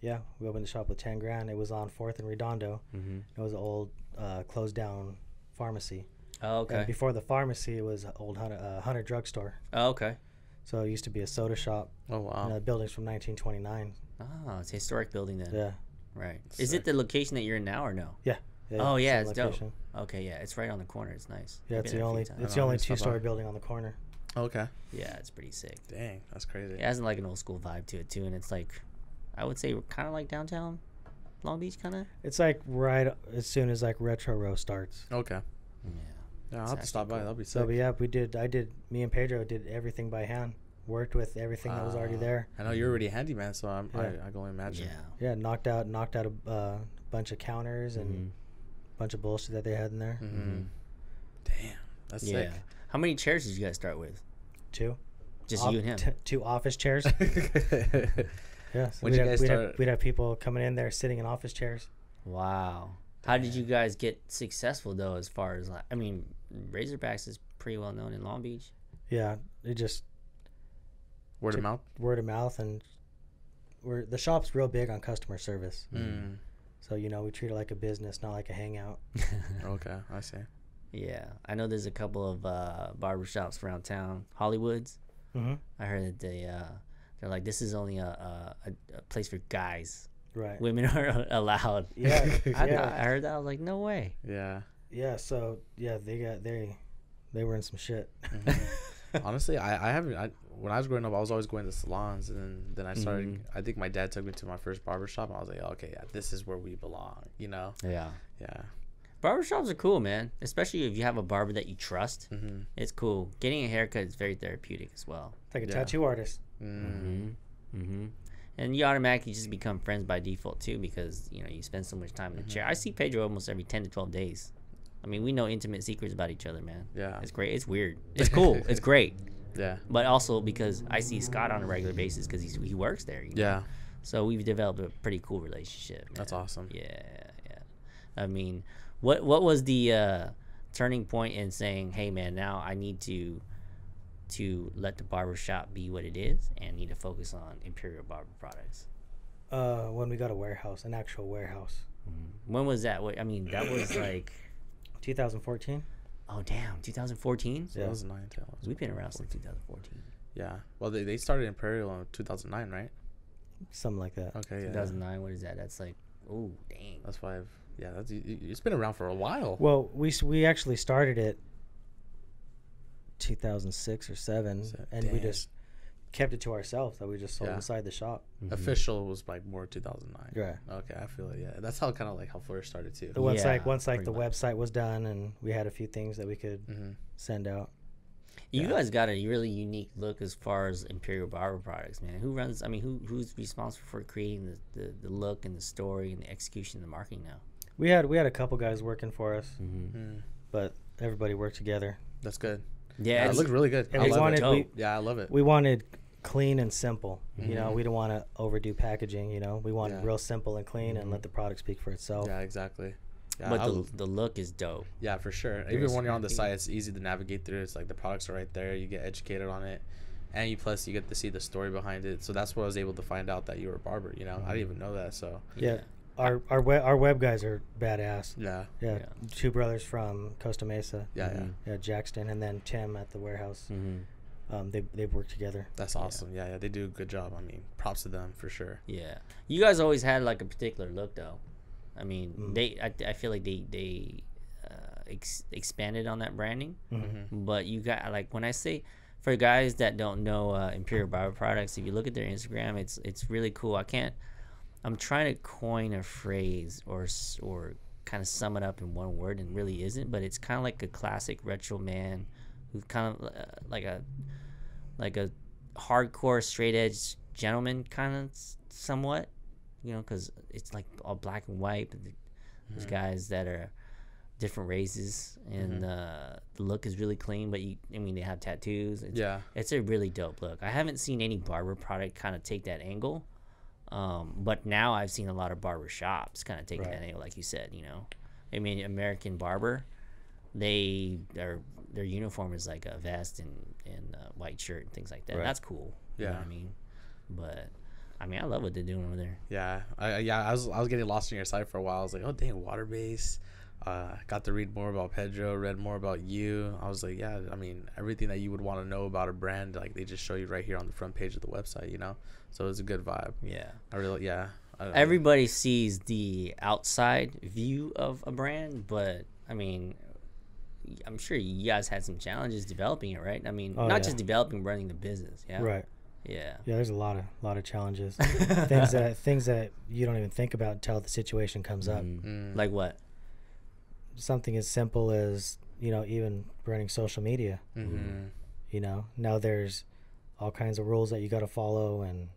B: yeah, we opened the shop with 10 grand. It was on 4th and Redondo.
C: Mm-hmm.
B: It was an old, uh, closed down pharmacy.
C: Oh
B: And
C: okay.
B: before the pharmacy, it was an old Hunter, uh, Hunter drugstore.
C: Oh okay.
B: So it used to be a soda shop.
A: Oh wow.
B: And the building's from 1929.
C: Oh, it's a historic building then.
B: Yeah.
C: Right. Is it the location that you're in now or no?
B: Yeah.
C: Oh, yeah,
B: same
C: it's dope.
B: location.
C: Okay. Yeah. It's right on the corner. It's nice.
B: Yeah,
C: I've
B: it's
C: been
B: the
C: there a few
B: only (laughs)
C: times. Oh,
B: it's
A: I
B: the
A: don't
B: only
A: know,
B: two
A: stop
B: story
A: by.
B: building on the corner.
A: okay.
C: Yeah, it's pretty sick.
A: Dang, that's crazy.
C: It has like an old school vibe to it too, and it's like, I would say kind of like downtown, Long Beach kind of.
B: It's like right as soon as like retro row starts.
C: Oh,
A: Okay.
C: Yeah.
A: Yeah, I'll have to
C: actually
A: stop by.
C: cool.
A: That'll be
B: So
A: sick.
B: but yeah, we did I did me and Pedro did everything by hand. Worked with everything that was
C: Ah.
B: already
A: Wow.
B: there.
A: Uh, I know you're already handy, man. So I'm,
B: Yeah.
A: I, I can only imagine.
C: Yeah.
B: Yeah, knocked out knocked out a uh, bunch of counters and
C: Mhm. Hmm.
B: bunch of bullshit that they had in there.
A: Mm-hmm. Damn. That's
C: Yeah.
A: sick.
C: How many chairs did you guys start with?
B: Two.
C: Just
B: Off-
C: you and him.
B: t- two office
C: (laughs)
B: chairs. (laughs)
A: (laughs)
B: yeah. So
A: When'd
B: we'd,
A: you
B: have,
A: guys
B: we'd, have,
A: start-
B: we'd have people coming in there sitting in office chairs.
C: Wow. How did you guys get successful though? As far as like, I mean, Razorbacks is pretty well known in Long Beach.
B: Yeah. It just
A: Word of mouth.
B: word of mouth and we're the shop's real big on customer service.
C: Hmm.
A: Mm.
B: So you know we treat it like a business, not like a hangout.
A: Mm. Okay, I see.
C: yeah, I know there's a couple of uh, barbershops around town. Hollywoods.
B: Mm-hmm.
C: I heard that they uh, they're like this is only a, a a- a place for guys.
B: Right.
C: Women (laughs) are allowed.
B: Yeah.
C: (laughs) I,
B: yeah.
C: I heard that. I was like, no way.
A: Yeah.
B: Yeah. So yeah, they got they they were in some shit. (laughs)
C: Hmm.
A: Honestly, I, I haven't. I, when I was growing up, I was always going to salons, and then, then I started. I think my dad took me to my first barber shop, and I was like, okay, yeah, this is where we belong. You know?
C: Yeah.
A: Yeah.
C: Barbershops are cool, man. Especially if you have a barber that you trust.
A: Mm-hmm.
C: It's cool. Getting a haircut is very therapeutic as well.
B: It's like a
A: Yeah.
B: tattoo artist.
A: Mm.
C: Mm-hmm. Mm-hmm. And you automatically just become friends by default too, because you know you spend so much time in the chair. I see Pedro almost every ten to twelve days. I mean, we know intimate secrets about each other, man.
A: Yeah.
C: It's great. It's weird. It's cool. it's great.
A: Yeah.
C: But also because I see Scott on a regular basis because he works there. you know?
A: Yeah.
C: So we've developed a pretty cool relationship. Man.
A: That's awesome.
C: Yeah, yeah. I mean, what what was the uh, turning point in saying, "Hey, man, now I need to to let the barber shop be what it is and need to focus on Imperial Barber products."
B: Uh, when we got a warehouse, an actual warehouse,
C: When was that? What I mean, that was like,
B: 2014.
C: oh damn, 2014.
A: So
B: Yeah.
A: that was nine. that was-
C: We've been around since 2014,
A: Yeah. Well, they, they started Imperial in 2009, right?
B: Something like that.
A: Okay. Yeah.
C: 2009. What is that? That's like, oh dang.
A: That's why. I've, yeah. That's y- y- it's been around for a while.
B: Well, we s- we actually started it 2006 or seven,
A: So-
B: and we
A: damn.
B: just kept it to ourselves. That we just sold
A: Yeah.
B: inside the shop.
C: Mm-hmm.
A: Official was like more 2009.
B: mm-hmm. Right.
A: Okay, I feel it. Yeah, that's how kind of like how Flair started too.
B: But once
C: Yeah,
B: like once like
C: pretty
B: the website was done, and we had a few things that we could
A: Mm-hmm.
B: send out.
C: You
A: Yeah.
C: guys got a really unique look as far as Imperial Barber products, man. Who runs? I mean, who who's responsible for creating the, the, the look and the story and the execution and the marketing now?
B: We had we had a couple guys working for us,
C: Mm-hmm.
A: Mm,
B: but everybody worked together.
A: that's good.
C: Yeah,
A: Yeah, it
C: it's-
A: looked really good.
B: And
A: I
B: we
A: love
B: wanted
A: it.
B: we,
C: Dope.
A: Yeah, I love it.
B: we wanted clean and simple. You know,
A: Mhm.
B: we didn't want to overdo packaging. You know, we wanted
A: Yeah. Mm-hmm.
B: real simple and clean and
C: Mhm.
B: let the product speak for itself.
A: Yeah, exactly. Yeah,
C: but
A: I
C: the,
A: l-
C: the look is dope.
A: yeah, for sure. Even
C: There's-
A: when you're on the site, it's easy to navigate through. It's like the products are right there. You get educated on it, and you plus you get to see the story behind it. So that's where I was able to find out that you were a barber. You know, I
B: Mm-hmm.
A: didn't even know that. So
B: Yeah. Our our web, our web guys are badass.
A: yeah,
B: Yeah,
C: Yeah.
B: two brothers from Costa Mesa. Mm-hmm.
A: yeah, yeah.
C: Mhm.
B: Yeah, Jackson and then Tim at the warehouse.
C: Mhm.
B: Um, they they've worked together.
A: That's awesome. Yeah. yeah, they do a good job. I mean, props to them for sure.
C: Yeah, you guys always had like a particular look though. I mean,
B: Mm.
C: they I, I feel like they they uh, ex- expanded on that branding.
A: Mm-hmm.
C: But you got like when I say for guys that don't know uh, Imperial Barber Products, if you look at their Instagram, it's it's really cool. I can't. I'm trying to coin a phrase or s- or kind of sum it up in one word, and really isn't. But it's kind of like a classic retro man who kind of uh, like a like a hardcore straight edge gentleman kind of somewhat, you know, because it's like all black and white. But the, There's guys that are different races, and uh, the look is really clean. But you, I mean, they have tattoos. It's,
A: Yeah,
C: it's a really dope look. I haven't seen any barber product kind of take that angle. Um, but now I've seen a lot of barber shops kind of take
B: Right.
C: that angle, like you said. You know, I mean, American Barber, they their their uniform is like a vest and and a white shirt and things like that.
B: Right.
C: That's cool. You know
A: Yeah.
C: what I mean, but I mean, I love what they're doing over there.
A: yeah, I, I- yeah. I was I was getting lost in your site for a while. I was like, oh dang, water base. Uh, got to read more about Pedro, read more about you. I was like, yeah, I mean, everything that you would want to know about a brand, like they just show you right here on the front page of the website, you know. So it was a good vibe.
C: Yeah.
A: I really, yeah. I, I-
C: Everybody sees the outside view of a brand, but I mean, I'm sure you guys had some challenges developing it, right? I mean,
B: Oh,
C: not
B: yeah.
C: just developing, running the business. Yeah.
B: Right.
C: Yeah.
B: Yeah, there's a lot of lot
A: (laughs)
B: of challenges.
C: (laughs)
B: things that things that you don't even think about until the situation comes up.
A: Mm,
C: Like what?
B: Something as simple as you know even running social media.
A: mhm.
B: you know now there's all kinds of rules that you got to follow and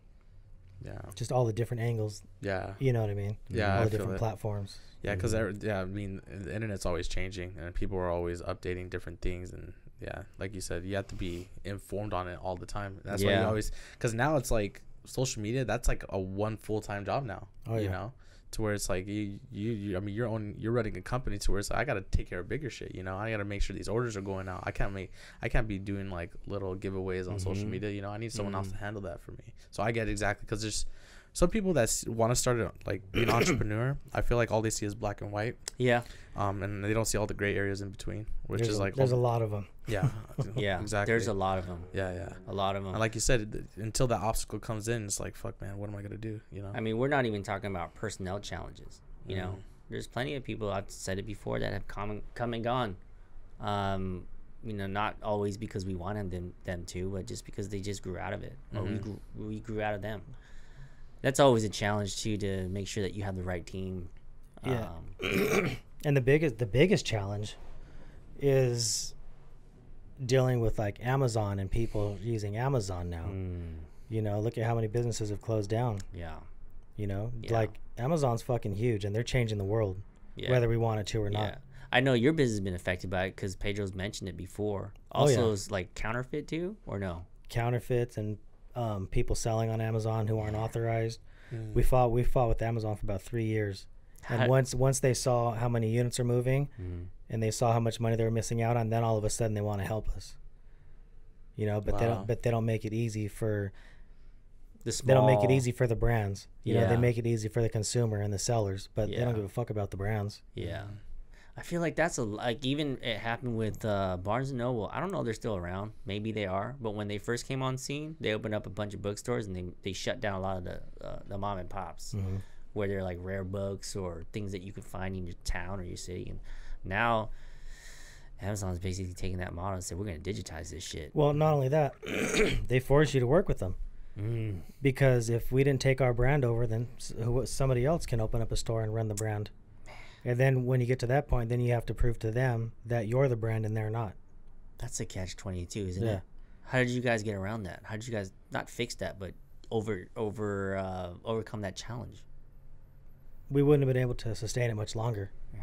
A: yeah,
B: just all the different angles.
A: yeah,
B: You know what I mean?
A: Yeah,
B: all
A: I
B: the
A: feel
B: different
A: it.
B: platforms.
A: yeah. Because yeah, I mean, the internet's always changing, and people are always updating different things. And yeah, like you said, you have to be informed on it all the time. That's why you
C: Yeah.
A: always because now it's like social media. That's like a one full time job now.
B: Oh,
A: You
B: yeah.
A: know. To where it's like you, you, you, I mean, you're on, you're running a company. To where it's like, I gotta take care of bigger shit. You know, I gotta make sure these orders are going out. I can't make, I can't be doing like little giveaways on social
C: Mhm.
A: media. You know, I need someone else
C: Mm.
A: to handle that for me. So I get exactly because there's some people that want to start a, like be an
C: (clears throat)
A: entrepreneur. I feel like all they see is black and white,
B: (laughs)
C: Yeah.
A: um, and they don't see all the gray areas in between, which
B: there's
A: is
B: a,
A: like
B: there's a
A: oh,
B: lot of them.
A: (laughs) yeah,
C: (laughs)
A: (laughs)
C: Yeah.
A: exactly.
C: There's a um, lot of them.
A: yeah, yeah.
C: A lot of them.
A: And like you said, th- until that obstacle comes in, it's like fuck, man, what am I gonna do? You know?
B: Uh-huh.
C: I mean, we're not even talking about personnel challenges. You
B: Mm-hmm.
C: know, there's plenty of people I've said it before that have come and, come and gone. Um, you know, not always because we wanted them them to, but just because they just grew out of it, or
B: Mm-hmm.
C: we grew, we grew out of them. That's always a challenge too to make sure that you have the right team.
B: Yeah.
C: Um,
B: And the biggest the biggest challenge is dealing with like Amazon and people using Amazon
C: Um,
B: now.
C: Mm.
B: You know, look at how many businesses have closed down.
C: yeah.
B: You know,
C: Yeah.
B: like Amazon's fucking huge and they're changing the world,
C: Yeah.
B: whether we want it to or
C: yeah.
B: not.
C: I know your business has been affected by it because Pedro's mentioned it before.
B: Oh, yeah.
C: Also, is like counterfeit too, or no?
B: Counterfeits and um, people selling on Amazon who aren't authorized.
A: Mm,
B: We fought we fought with Amazon for about three years.
C: How-
B: And once once they saw how many units are moving and they saw how much money they were missing out on, then all of a sudden they want to help us. You know, but they
A: Wow.
B: don't but they don't make it easy for
C: The
B: they don't make it
C: small-
B: easy for the brands. You know,
C: Yeah.
B: they make it easy for the consumer and the sellers, but they
C: Yeah.
B: don't give a fuck about the brands.
C: Yeah. I feel like that's a like even it happened with uh, Barnes and Noble. I don't know if they're still around. Maybe they are, but when they first came on scene, they opened up a bunch of bookstores and they, they shut down a lot of the uh, the mom and pops, where they're like rare books or things that you could find in your town or your city. And now Amazon's basically taking that model and said we're gonna digitize this shit.
B: Well, not only that, (clears throat) they force you to work with them.
C: Mm.
B: Because if we didn't take our brand over, then s- who- somebody else can open up a store and run the brand. And then when you get to that point, then you have to prove to them that you're the brand and they're not.
C: That's a catch twenty two, isn't
B: Yeah.
C: it? How did you guys get around that? How did you guys not fix that, but over over uh, overcome that challenge?
B: We wouldn't have been able to sustain it much longer.
C: Yeah.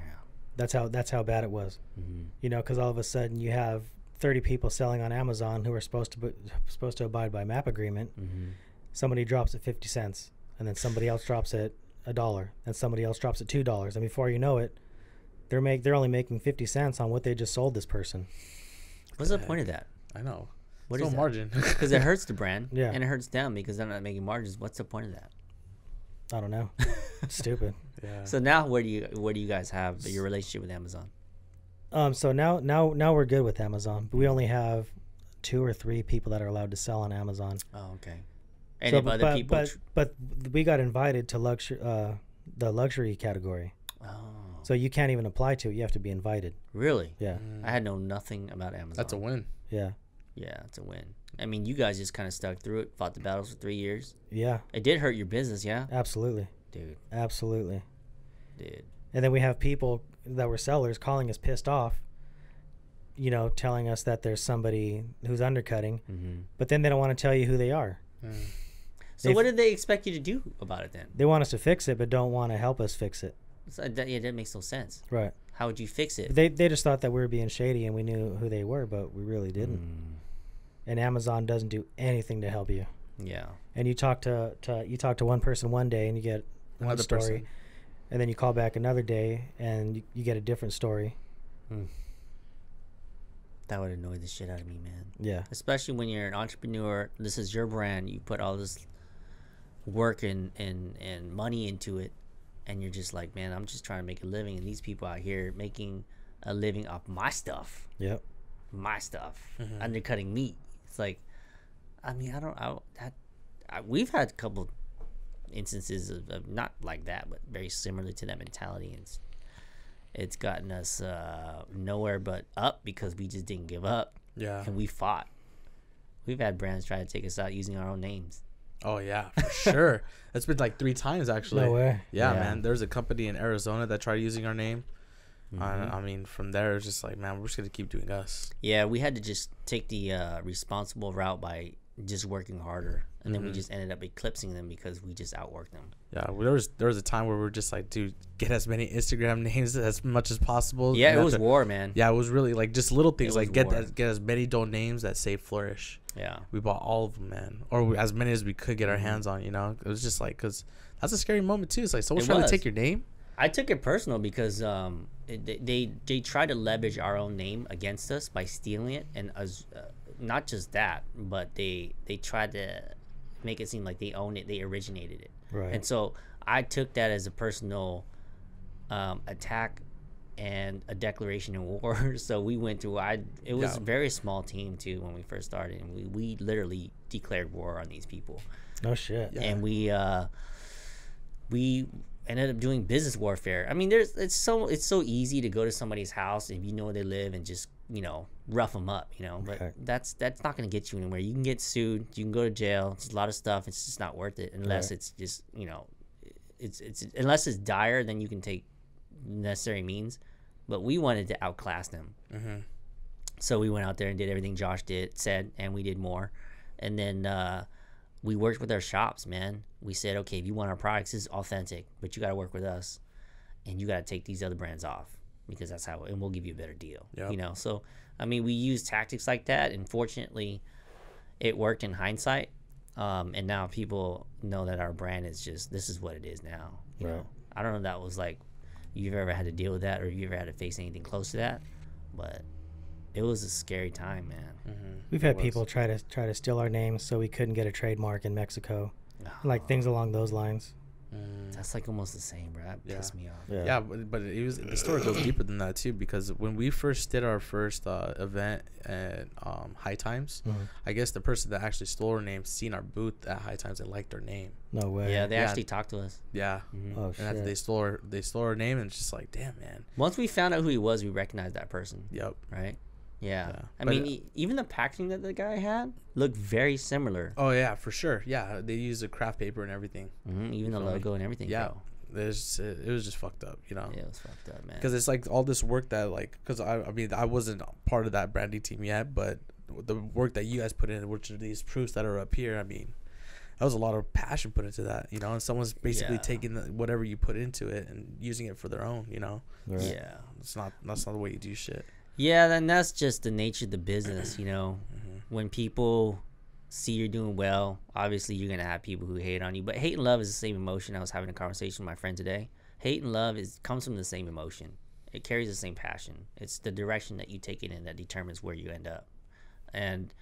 B: That's how that's how bad it was.
C: Mm-hmm.
B: You know, because all of a sudden you have 30 people selling on Amazon who are supposed to bu- supposed to abide by MAP agreement.
C: Mm-hmm.
B: somebody drops it 50 cents and then somebody else drops it a dollar and somebody else drops it two dollars and before you know it they're make they're only making 50 cents on what they just sold this person
C: What's the point of that?
A: I know.
C: What
A: What is
C: is that?
A: margin?
C: Because it hurts the (laughs) brand,
B: Yeah.
C: and it hurts them because they're not making margins. What's the point of that?
B: i don't
C: (laughs)
B: know stupid
A: (laughs) yeah.
C: So now, where do you where do you guys have your relationship with Amazon?
B: um so now now now we're good with amazon but we only have two or three people that are allowed to sell on amazon
C: Oh, okay. And
B: So,
C: if other
B: but,
C: people,
B: but,
C: tr-
B: but we got invited to luxury uh the luxury category
C: oh,
B: so you can't even apply to it you have to be invited
C: really?
B: yeah
C: I had known nothing about Amazon.
A: Mm, That's a win.
B: yeah
C: yeah, it's a win. I mean, you guys just kind of stuck through it, fought the battles for three years.
B: yeah
C: It did hurt your business, yeah,
B: absolutely
C: dude,
B: absolutely
C: dude.
B: And then we have people that were sellers calling us pissed off, you know, telling us that there's somebody who's undercutting,
C: Mm-hmm.
B: but then they don't want to tell you who they are.
C: Mm. So
B: They've-
C: what did they expect you to do about it then?
B: They want us to fix it, but don't want to help us fix it.
C: So that, yeah, that makes no sense.
B: Right.
C: How would you fix it?
B: They, they just thought that we were being shady and we knew who they were, but we really didn't. And Amazon doesn't do anything to help you.
C: Yeah.
B: And you talk to, to you talk to one person one day and you get one
A: Another
B: story,
A: person.
B: and then you call back another day and you, you get a different story.
C: That would annoy the shit out of me, man.
B: Yeah.
C: especially when you're an entrepreneur this is your brand you put all this work and and and money into it and you're just like man i'm just trying to make a living and these people out here making a living off my stuff
B: Yep.
C: my stuff undercutting me it's like i mean i don't i don't- that I, we've had a couple instances of, of not like that but very similar to that mentality and it's, it's gotten us uh, nowhere but up because we just didn't give up
A: Yeah.
C: and we fought. We've had brands try to take us out using our own names.
A: Oh yeah, for sure. It's been like three times actually.
B: No way.
A: Yeah,
C: Yeah.
A: man. There's a company in Arizona that tried using our name. Uh,
C: Mm-hmm.
A: I mean, from there it's just like, man, we're just gonna keep doing us.
C: Yeah, we had to just take the uh, responsible route by just working harder and then we just ended up eclipsing them because we just outworked them.
A: Yeah, well, there was there was a time where we were just like, dude, get as many Instagram (laughs) names as much as possible.
C: Yeah,
A: And
C: it was
A: after-
C: war, man.
A: Yeah, it was really like just little things like
C: was
A: get
C: war.
A: as, get as many domain names that say flourish.
C: yeah.
A: We bought all of them, man, or we, as many as we could get
C: Mm-hmm.
A: our hands on. You know, it was just like because that's a scary moment too. It's like someone's
C: It
A: trying
C: was.
A: to take your name.
C: I took it personal because um, it- they, they they tried to leverage our own name against us by stealing it, and us, uh, not just that, but they they tried to make it seem like they own it, they originated it,
B: Right.
C: and so I took that as a personal um, attack and a declaration of war. (laughs) so we went to I it was a
A: Yeah.
C: very small team too when we first started, and we we literally declared war on these people
B: No shit.
A: Yeah.
C: and we uh we ended up doing business warfare. I mean, there's it's so it's so easy to go to somebody's house if you know where they live and just you know rough them up, you know. But
B: Right.
C: that's that's not going to get you anywhere. You can get sued. You can go to jail. It's a lot of stuff. It's just not worth it unless
B: Right.
C: it's just you know, it's it's unless it's dire. Then you can take necessary means. But we wanted to outclass them.
B: Mm-hmm.
C: So we went out there and did everything Josh did said, and we did more. And then uh, we worked with our shops, man. We said, okay, if you want our products, this is authentic, but you got to work with us, and you got to take these other brands off because that's how, and we'll give you a better deal.
A: Yep.
C: You know, so I mean, we used tactics like that, and fortunately, it worked in hindsight. Um, and now people know that our brand is just this is what it is now. You
B: Right.
C: know, I don't know if that was like you've ever had to deal with that or you ever had to face anything close to that, but it was a scary time, man.
B: We've had people try to try to steal our names so we couldn't get a trademark in Mexico, like things along those lines.
C: That's like almost the same, bro. That pissed me off.
A: Yeah, but, but it was the story goes deeper than that too because when we first did our first uh, event at um, High Times,
B: Mm-hmm.
A: I guess the person that actually stole our name seen our booth at High Times and liked our name.
B: No way.
C: Yeah, they
A: Yeah.
C: actually talked to us.
A: Yeah,
B: Oh
A: and after
B: shit.
A: they stole our, they stole our name and it's just like, damn man.
C: Once we found out who he was, we recognized that person,
A: Yep.
C: right? Yeah.
A: Yeah.
C: I
A: But,
C: mean,
A: uh,
C: e- even the packaging that the guy had looked very similar.
A: Oh yeah, for sure. Yeah, they used the craft paper and everything.
C: hmm Even the
A: feel me?
C: logo and everything.
A: Yeah,
C: bro.
A: there's it was just fucked up, you know.
C: Yeah, it was fucked up, man.
A: because it's like all this work that like because I, I mean i wasn't part of that branding team yet but the work that you guys put in which are these proofs that are up here i mean that was a lot of passion put into that you know and someone's basically
C: Yeah.
A: taking the, whatever you put into it and using it for their own you know
B: Right.
C: Yeah.
A: it's not that's not the way you do shit
C: Yeah, then that's just the nature of the business, you know.
A: Mm-hmm.
C: When people see you're doing well, obviously you're gonna have people who hate on you. But hate and love is the same emotion. I was having a conversation with my friend today. Hate and love is comes from the same emotion. It carries the same passion. It's the direction that you take it in that determines where you end up. And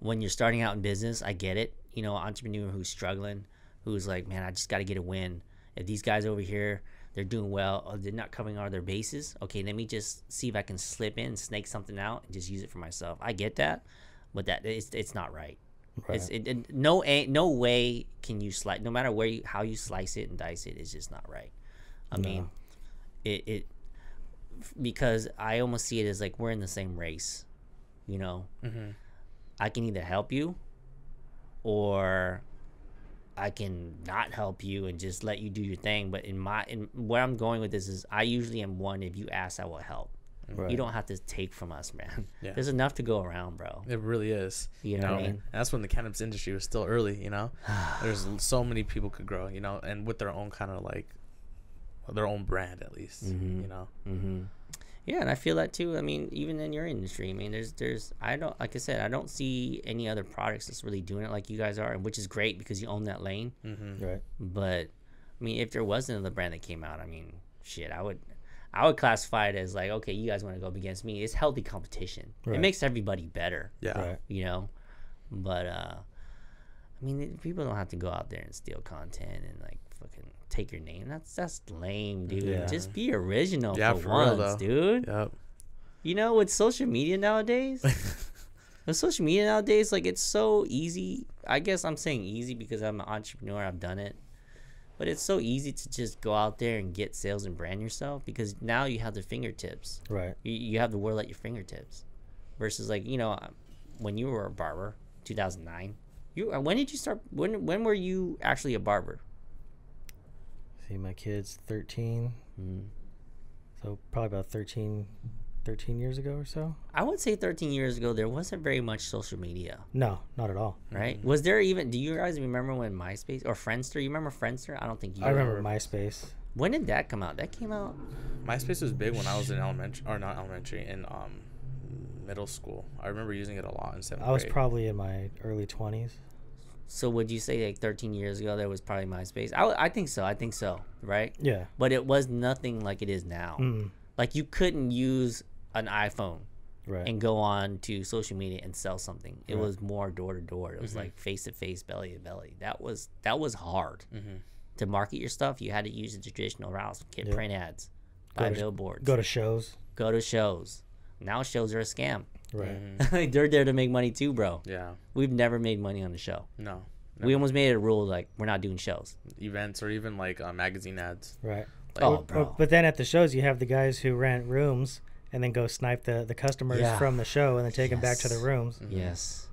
C: when you're starting out in business, I get it. You know, entrepreneur who's struggling, who's like, man, I just got to get a win. If these guys over here, they're doing well, or they're not covering all their bases. Okay, let me just see if I can slip in, snake something out, and just use it for myself. I get that, but that it's, it's not right. It's it, it, no a- no way can you slice. No matter where you, how you slice it and dice it, it's just not right. I mean, it it because I almost see it as like we're in the same race. You know, I can either help you or I can not help you and just let you do your thing. But in my in where I'm going with this is I usually am one if you ask I will help. You
B: Right.
C: don't have to take from us, (laughs) man.
A: Yeah.
C: There's enough to go around, bro.
A: it really is
C: You know what I mean?
A: and that's when the cannabis industry was still early you
C: (sighs)
A: know there's l- so many people could grow you know and with their own kind of like their own brand at least
C: Mm-hmm.
A: you know
C: Yeah, and I feel that too. I mean, even in your industry, I mean, there's, there's, I don't, like I said, I don't see any other products that's really doing it like you guys are, and which is great because you own that lane.
B: Right.
C: But I mean, if there was another brand that came out, I mean, shit, I would, I would classify it as like, okay, you guys want to go up against me? It's healthy competition. It
B: Right.
C: makes everybody better,
A: yeah
B: Right.
C: you know. But uh, I mean, it- people don't have to go out there and steal content and like fucking take your name. That's that's lame, dude.
A: Yeah.
C: Just be original
A: Yeah,
C: for,
A: for real,
C: once,
A: though.
C: dude.
A: yep
C: You know, with social media nowadays,
A: (laughs)
C: with social media nowadays, like it's so easy. I guess I'm saying easy because I'm an entrepreneur, I've done it. But it's so easy to just go out there and get sales and brand yourself because now you have the fingertips.
B: Right.
C: You, you have the world at your fingertips. Versus, like, you know, when you were a barber, 2009, you uh, when did you start? When, when were you actually a barber?
B: See, my kid's 13. So probably about 13, 13 years ago or so.
C: I would say 13 years ago, there wasn't very much social media,
B: No, not at all.
C: right? Was there even? Do you guys remember when MySpace or Friendster? You remember Friendster? I don't think you.
B: I remember MySpace.
C: When did that come out? That came out.
A: MySpace was big when I was in elementary, or not elementary, in um, middle school. I remember using it a lot in seventh
B: I was
A: grade.
B: probably in my early 20s.
C: So would you say like 13 years ago there was probably MySpace? I, w- I think so. I think so. Right.
B: Yeah.
C: But it was nothing like it is now.
B: Mm,
C: Like you couldn't use an iPhone
B: right.
C: and go on to social media and sell something. It was more door to door. It
B: Mm-hmm.
C: was like face to face, belly to belly. That was that was hard
B: Mm-hmm.
C: to market your stuff. You had to use the traditional routes: get print ads, buy
B: to sh-
C: billboards,
B: go to shows.
C: go to shows. Now shows are a scam.
B: Right.
C: Mm-hmm. (laughs) They're there to make money too, bro.
A: yeah.
C: We've never made money on the show.
A: No.
C: We almost made it a rule like we're not doing shows.
A: Events or even like uh, magazine ads.
B: Right.
A: Like,
C: Oh,
B: But-
C: bro.
B: But then at the shows, you have the guys who rent rooms and then go snipe the, the customers
C: Yeah.
B: from the show and then take them back to the
C: Yes.
B: rooms.
C: Yes,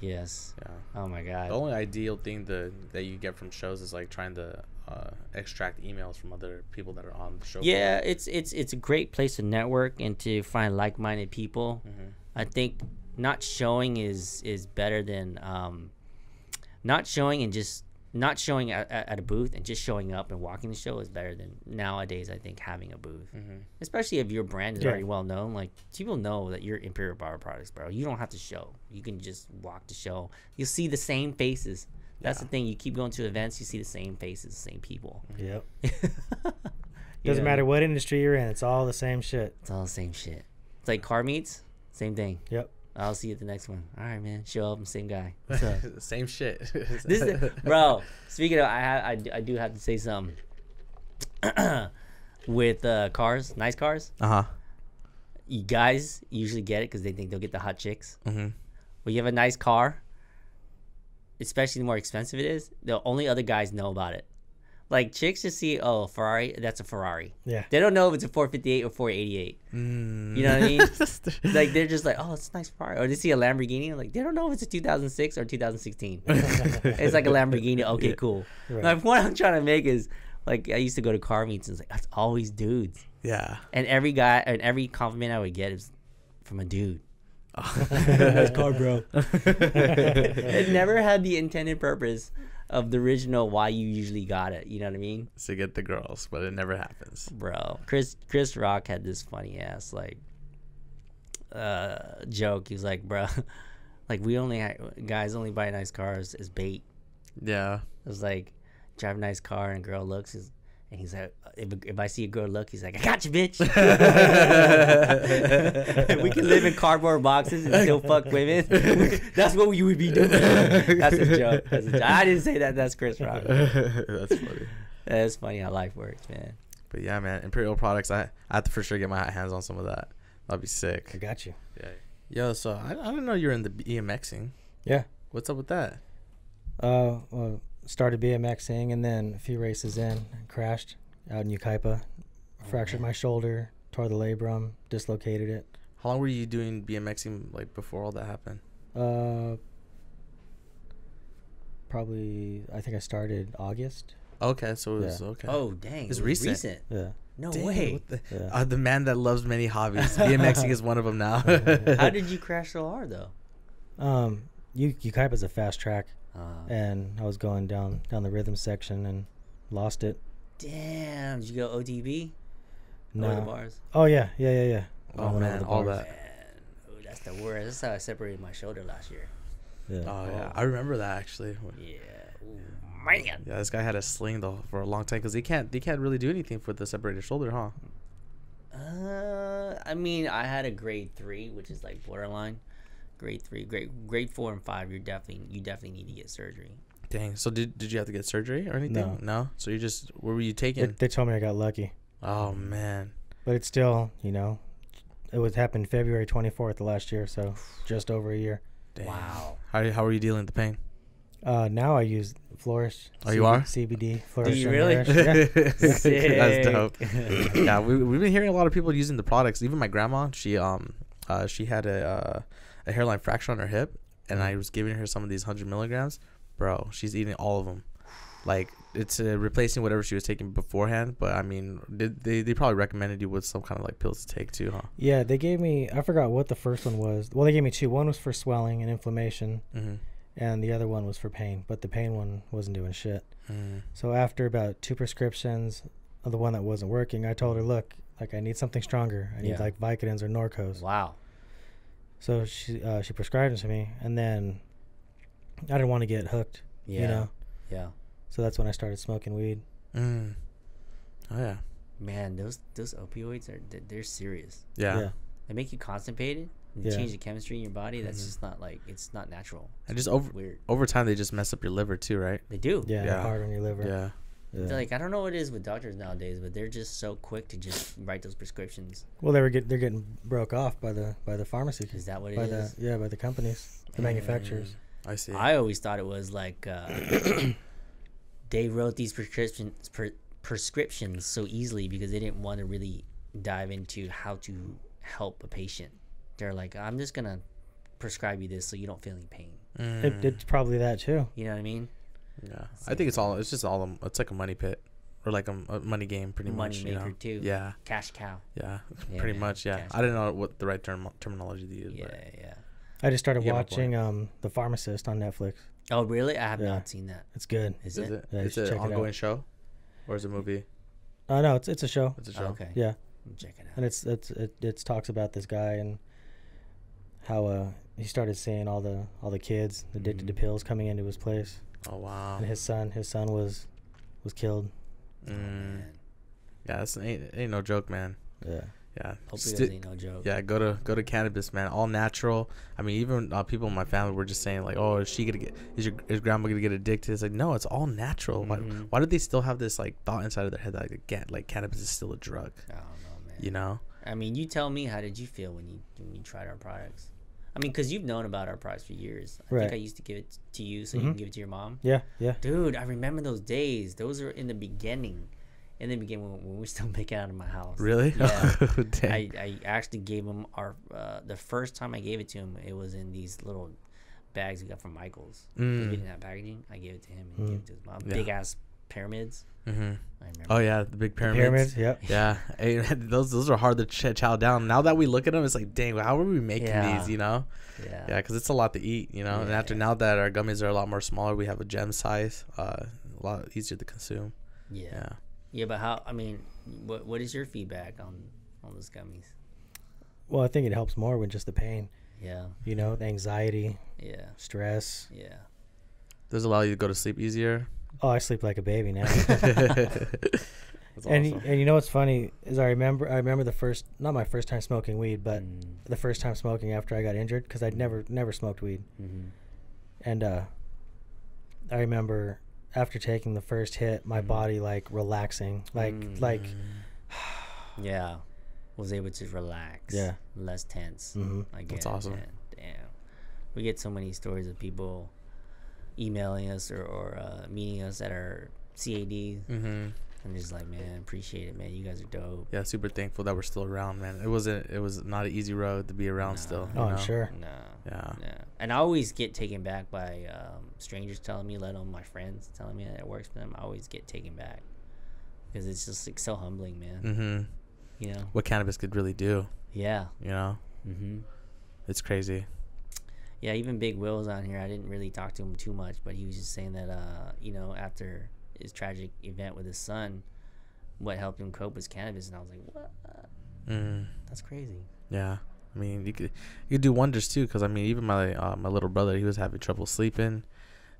C: yes.
A: Yeah.
C: Oh my god.
A: The only ideal thing the, that you get from shows is like trying to uh, extract emails from other people that are on the show.
C: Yeah, it's it's it's a great place to network and to find like-minded people. I think not showing is is better than um, not showing and just not showing at, at at a booth and just showing up and walking the show is better than nowadays. I think having a booth,
A: Mm-hmm.
C: especially if your brand is
B: Yeah.
C: already well known, like people know that you're Imperial Bar Products, bro. You don't have to show. You can just walk the show. You'll see the same faces. That's the thing. You keep going to events, you see the same faces, the same people. (laughs)
B: Yep.
C: You
B: Doesn't
C: know?
B: matter what industry you're in, it's all the same shit.
C: It's all the same shit. It's like car meets, same thing.
B: Yep.
C: I'll see you at the next one. All right, man. Show up, I'm same guy. What's
B: (laughs)
C: up?
A: (laughs) Same shit. (laughs)
C: this is bro. Speaking of, I have, I, do- I do have to say something. (clears throat) With uh, cars, nice cars,
A: Uh huh.
C: you guys usually get it because they think they'll get the hot chicks. Mm-hmm. When you have a nice car, especially the more expensive it is, the only other guys know about it. Like chicks just see, oh, Ferrari, that's a Ferrari.
B: (laughs) Yeah.
C: They don't know if it's a 458 or 488. You know what
A: (laughs)
C: I mean? like they're just like, oh, it's a nice car. Or they see a Lamborghini, like they don't know if it's a 2006 or 2016. (laughs) it's like a Lamborghini. Okay, cool.
B: Right.
C: Like what I'm trying to make is, like I used to go to car meets and it's like that's always dudes, (laughs)
A: Yeah.
C: and every guy and every compliment I would get is from a dude.
A: nice car,
C: (laughs)
A: bro.
C: it never had the intended purpose of the original why you usually got it. You know what I mean?
A: (laughs) to get the girls, but it never happens.
C: bro. Chris Chris Rock had this funny ass like uh joke. He was like, bro, (laughs) like we only ha- guys only buy nice cars as bait.
A: Yeah.
C: It was like drive a nice car and a girl looks is. And he's like, if, if I see a girl look, he's like, I got you, bitch. (laughs) we can live in cardboard boxes and still fuck women. (laughs) That's what we would be doing. That's a joke. That's a joke. I didn't say that. That's Chris Rock.
A: That's funny.
C: That's funny how life works, man.
A: But yeah, man, Imperial products. I, I have to for sure get my hands on some of that. That'd be
B: I
A: sick.
B: got you.
A: Yeah. Yo, so I, I don't know you're in the BMXing.
B: Yeah.
A: What's up with that?
B: Uh, well, started BMXing and then a few races in, crashed out in Ukaipa, fractured my shoulder, tore the labrum, dislocated it.
A: How long were you doing BMXing like before all that happened?
B: Uh, probably I think I started August.
A: Okay, so it was
B: Yeah.
A: okay.
C: Oh, dang.
A: It's
C: it was
A: recent.
B: Yeah.
C: No
A: Damn,
C: way.
A: what the,
B: Yeah.
A: uh, the man that loves many hobbies. BMXing is one of them now.
C: How did
A: (laughs)
C: you crash so hard though?
B: Um, U- Ukaipa's a fast track,
C: Uh,
B: and I was going down down the rhythm section and lost it.
C: damn, did you go OTB? Over the
B: No.
C: bars.
B: Oh yeah, yeah, yeah, yeah. I
A: oh
B: went over
A: man,
B: the
A: all
B: bars.
A: that.
C: Oh, that's the worst. That's how I separated my shoulder last year.
B: Yeah.
A: Oh yeah, I remember that actually.
C: Yeah. Ooh, man.
A: Yeah, this guy had a sling though for a long time because he can't he can't really do anything for the separated shoulder, huh?
C: Uh, I mean, I had a grade three, which is like borderline. Grade three, grade grade four and five. You're definitely you definitely need to get surgery.
A: Dang. So did did you have to get surgery or anything? No. So you just where were you taken?
B: They, they told me I got lucky,
A: oh man.
B: but it's still, you know, it was happened February 24th of last year, so just over a year.
A: Dang.
C: Wow.
A: How how are you dealing with the (laughs) pain?
B: Uh, now I use Flourish.
A: Oh, you are?
B: CBD. Flourish.
C: you
B: and
C: really?
A: (laughs)
B: Nourish, yeah.
A: That's dope. yeah, we we've been hearing a lot of people using the products. Even my grandma, she um uh she had a uh, a hairline fracture on her hip, and I was giving her some of these hundred milligrams. Bro, she's eating all of them, like it's uh, replacing whatever she was taking beforehand. But I mean, did, they they probably recommended you with some kind of like pills to take too, huh?
B: Yeah, they gave me. I forgot what the first one was. Well, they gave me two. One was for swelling and inflammation,
A: Mm-hmm.
B: and the other one was for pain. But the pain one wasn't doing shit.
A: Mm-hmm.
B: So after about two prescriptions, of the one that wasn't working, I told her, "Look, like I need something stronger. I need
C: Yeah.
B: like Vicodins or Norcos."
C: Wow.
B: So she uh, she prescribed it to me, and then I didn't want to get hooked,
C: Yeah.
B: you know.
C: Yeah.
B: So that's when I started smoking weed.
A: Mm. Oh yeah.
C: Man, those those opioids are they're, they're serious.
A: yeah,
C: They make you constipated. and
B: Yeah.
C: They change the chemistry in your body. That's
A: Mhm.
C: just not like it's not natural.
A: And just over
C: Weird.
A: over time, they just mess up your liver too, right?
C: They do.
B: yeah,
A: Yeah.
B: yeah. hard on your liver.
A: Yeah.
B: Yeah.
C: They're Like I don't know what it is with doctors nowadays, but they're just so quick to just write those prescriptions.
B: Well, they were get, they're getting broke off by the by the pharmacy
C: Is that what it
B: by
C: is?
B: the yeah by the companies, the manufacturers.
A: I see.
C: I always thought it was
A: (clears throat)
C: like uh, they wrote these prescriptions per, prescriptions so easily because they didn't want to really dive into how to help a patient. They're like, I'm just gonna prescribe you this so you don't feel any pain.
A: Mm.
B: It, it's probably that too.
C: You know what I mean?
A: yeah, I think it's all. It's just all. a- It's like a money pit, or like a, m- a money game, pretty
C: Money
A: much. you
C: maker
A: know?
C: too.
A: Yeah,
C: Cash cow.
A: yeah,
C: Yeah,
A: pretty
C: man.
A: much. Yeah,
C: Cash
A: I don't know what the right term terminology to use.
C: Yeah,
A: But
C: yeah.
B: I just started
A: You get my
B: watching um the pharmacist on Netflix.
C: Oh really? I have
B: Yeah.
C: not seen that.
B: It's good.
C: Is,
A: is it?
C: it?
A: it
B: Yeah, you
A: is
B: should
A: it
B: check
A: an
B: it out.
A: ongoing show, or is it a movie?
B: Oh no, it's it's a show.
A: It's a
C: Oh,
A: show.
C: okay.
B: Yeah,
C: I'll Check it out.
B: and it's it's it, it talks about this guy and how uh he started seeing all the all the kids addicted to pills coming into his place,
A: Oh wow.
B: and his son his son was was killed.
C: Oh,
A: Mm.
C: man.
A: Yeah, that's ain't ain't no joke, man.
B: Yeah,
A: Yeah.
C: Hopefully
A: Sti-
C: that ain't no joke.
A: yeah, go to go to cannabis, man. All natural. I mean, even uh, people in my family were just saying like, "Oh, is she gonna get? Is your is grandma gonna get addicted?" It's like, no, it's all natural. Why,
C: Mhm.
A: why do they still have this like thought inside of their head that like, again, like cannabis is still a drug?
C: I don't know, man.
A: You know?
C: I mean, you tell me, how did you feel when you when you tried our products? I mean, because you've known about our products for years. I
B: Right.
C: think I used to give it to you
A: Mm-hmm.
C: so you can give it to your mom.
B: yeah, yeah.
C: Dude, I remember those days. Those are in the beginning, in the beginning when, when we were still (laughs) making out of my house.
A: Really? (laughs) Oh,
C: Yeah.
A: Dang.
C: I, I actually gave him our uh, the first time I gave it to him. It was in these little bags we got from Michaels. 'Cause
A: Mm.
C: We didn't have packaging. I gave it to him and he gave it to his mom.
A: Yeah.
C: Big ass pyramids.
A: Mhm.
C: I remember.
A: Oh yeah, the big pyramids.
B: Pyramids. Yep.
A: Yeah, Hey, (laughs) man, those those are hard to ch- chow down. Now that we look at them, it's like, dang, how are we making
C: Yeah.
A: these? You know?
C: yeah.
A: Yeah, because it's a lot to eat. You know, and
C: Yeah.
A: after now that our gummies are a lot more smaller, we have a gem size, uh, a lot easier to consume.
C: yeah.
A: Yeah.
C: Yeah, but how? I mean, what what is your feedback on on those gummies?
B: Well, I think it helps more with just the pain.
C: Yeah,
B: You know, the anxiety,
C: yeah,
B: stress.
C: yeah.
A: Does allow you to go to sleep
B: (laughs)
A: easier. (laughs)
B: Oh, I sleep like a baby (laughs) now.
A: That's
B: and
A: awesome.
B: and you know what's funny is I remember I remember the first not my first time smoking weed, but the first time smoking after I got injured because I'd never never smoked weed,
C: Mm-hmm.
B: and uh, I remember after taking the first hit, my body like relaxing, like like
C: Yeah, was able to relax.
B: Yeah.
C: less tense.
B: Mhm.
C: I
A: That's
C: get it,
A: awesome.
C: man. Damn, we get so many stories of people emailing us or, or uh, meeting us at our CAD.
A: Mm-hmm.
C: I'm just like, man, appreciate it, man. You guys are dope.
A: Yeah, super thankful that we're still around, man. It wasn't. It was not an easy road to be around.
C: Nah.
A: Still.
B: oh
A: you
B: I'm
A: know?
B: sure
C: No.
A: Yeah.
C: Yeah. And I always get taken back by um, strangers telling me, let alone my friends telling me that it works for them. I always get taken back because it's just like so humbling, man.
A: Mm-hmm.
C: You know?
A: What cannabis could really do,
C: Yeah.
A: you know?
C: hmm
A: It's crazy.
C: Yeah. Even Big Will's on here. I didn't really talk to him too much, but he was just saying that, uh, you know, after his tragic event with his son, what helped him cope was cannabis. And I was like, what?
A: Mm.
C: That's crazy.
A: Yeah. I mean, you could you could do wonders too, because I mean, even my uh, my little brother, he was having trouble sleeping.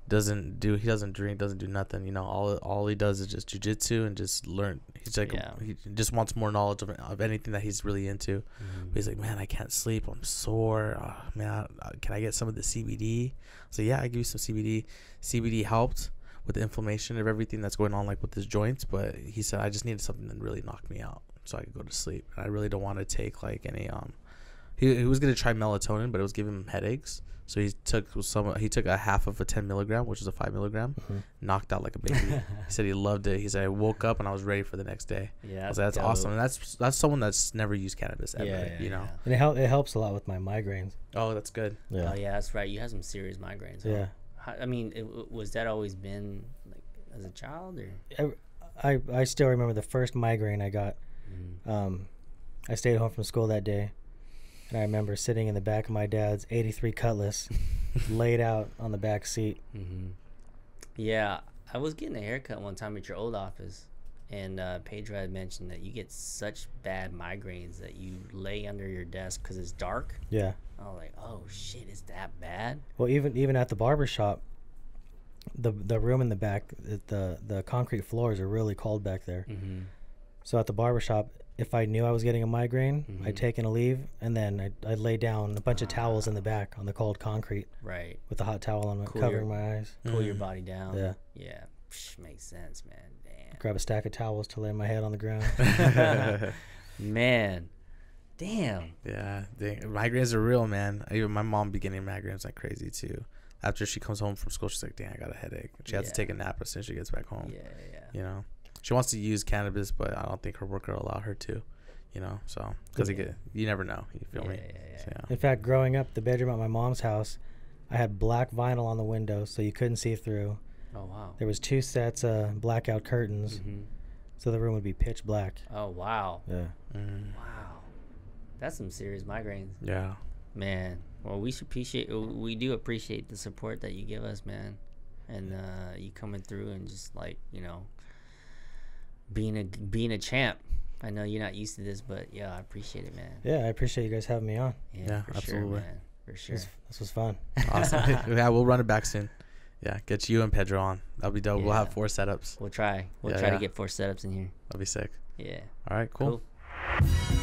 A: Doesn't do he doesn't drink, doesn't do nothing. You know, all all he does is just jujitsu and just learn. He's like
C: Yeah.
A: he just wants more knowledge of, of anything that he's really into.
C: Mm-hmm.
A: But Mm-hmm. he's like, man, I can't sleep. I'm sore. Oh, man, I, I- can I get some of the CBD? So yeah, I give you some CBD. CBD helped with the inflammation of everything that's going on, like with his joints. But he said I just needed something that really knocked me out, so I could go to sleep. And I really don't want to take like any um. He, he was gonna try melatonin, but it was giving him headaches. So he took some. He took a half of a ten milligram, which is a five milligram, knocked out like a baby. he said he loved it. He said I woke up and I was ready for the next day.
C: Yeah.
A: I was like, "Oh, that's awesome. And that's that's someone that's never used cannabis ever. you know.
B: and it help it helps a lot with my migraines.
A: Oh, that's
C: (laughs)
A: good.
C: Oh yeah, that's right. You have some serious migraines. huh?
B: yeah.
C: How, I mean, it, w- was that always been like as a child or
B: I, I still remember the first migraine I got.
C: Mm-hmm.
B: Um, I stayed home from school that day, and I remember sitting in the back of my dad's '83 Cutlass, laid out on the back seat.
C: Mm-hmm. yeah i was getting a haircut one time at your old office and uh, pedro had mentioned that you get such bad migraines that you lay under your desk because it's dark
B: Yeah.
C: i was like oh shit it's that bad
B: Well, even even at the barber shop, the the room in the back, it- the the concrete floors are really cold back there.
C: mm-hmm.
B: So at the barber shop, if I knew I was getting a migraine,
C: Mm-hmm.
B: I'd take an leave, and then I'd, I'd lay down a bunch of towels in the back on the cold concrete
C: right
B: with a hot towel on my,
C: Cool
B: covering
C: your-
B: my eyes.
C: cool your body down
B: Yeah.
C: Mm-hmm. yeah Psh, makes sense man damn
B: Grab a stack of towels to lay my head on the
C: (laughs)
B: ground.
C: man damn
A: (laughs) Yeah, dang. migraines are real, man. Even my mom be getting migraines like crazy too. After she comes home from school, she's like, "Dang, I got a headache." She has
C: Yeah.
A: to take a nap as soon as she gets back home.
C: yeah yeah
A: You know, she wants to use cannabis, but I don't think her worker will allow her to. You know, so because
B: Yeah.
A: get you never know. You feel me?
C: Yeah, yeah, yeah.
A: So,
B: in fact, growing up, the bedroom at my mom's house, I had black vinyl on the windows, so you couldn't see through.
C: oh wow
B: There was two sets of blackout curtains,
C: Mhm.
B: so the room would be pitch black.
C: oh wow
B: Yeah.
A: Mm,
C: wow that's some serious migraines
A: yeah.
C: Man, well, we should appreciate. We do appreciate the support that you give us, man, and uh, you coming through and just like you know, being a being a champ. I know you're not used to this, but yeah, I appreciate it, man.
B: Yeah, I appreciate you guys having me on.
C: Yeah,
A: Yeah,
C: for
A: absolutely.
C: sure, man. For sure.
B: This, this was fun.
A: Awesome.
C: (laughs)
A: (laughs) yeah, we'll run it back soon. Yeah, get you and Pedro on. That'll be dope. We'll
C: Yeah.
A: have four setups.
C: We'll try. We'll
A: Yeah,
C: try to
A: yeah.
C: get four setups in here.
A: That'll be sick.
C: Yeah.
A: All right, cool.
C: Cool.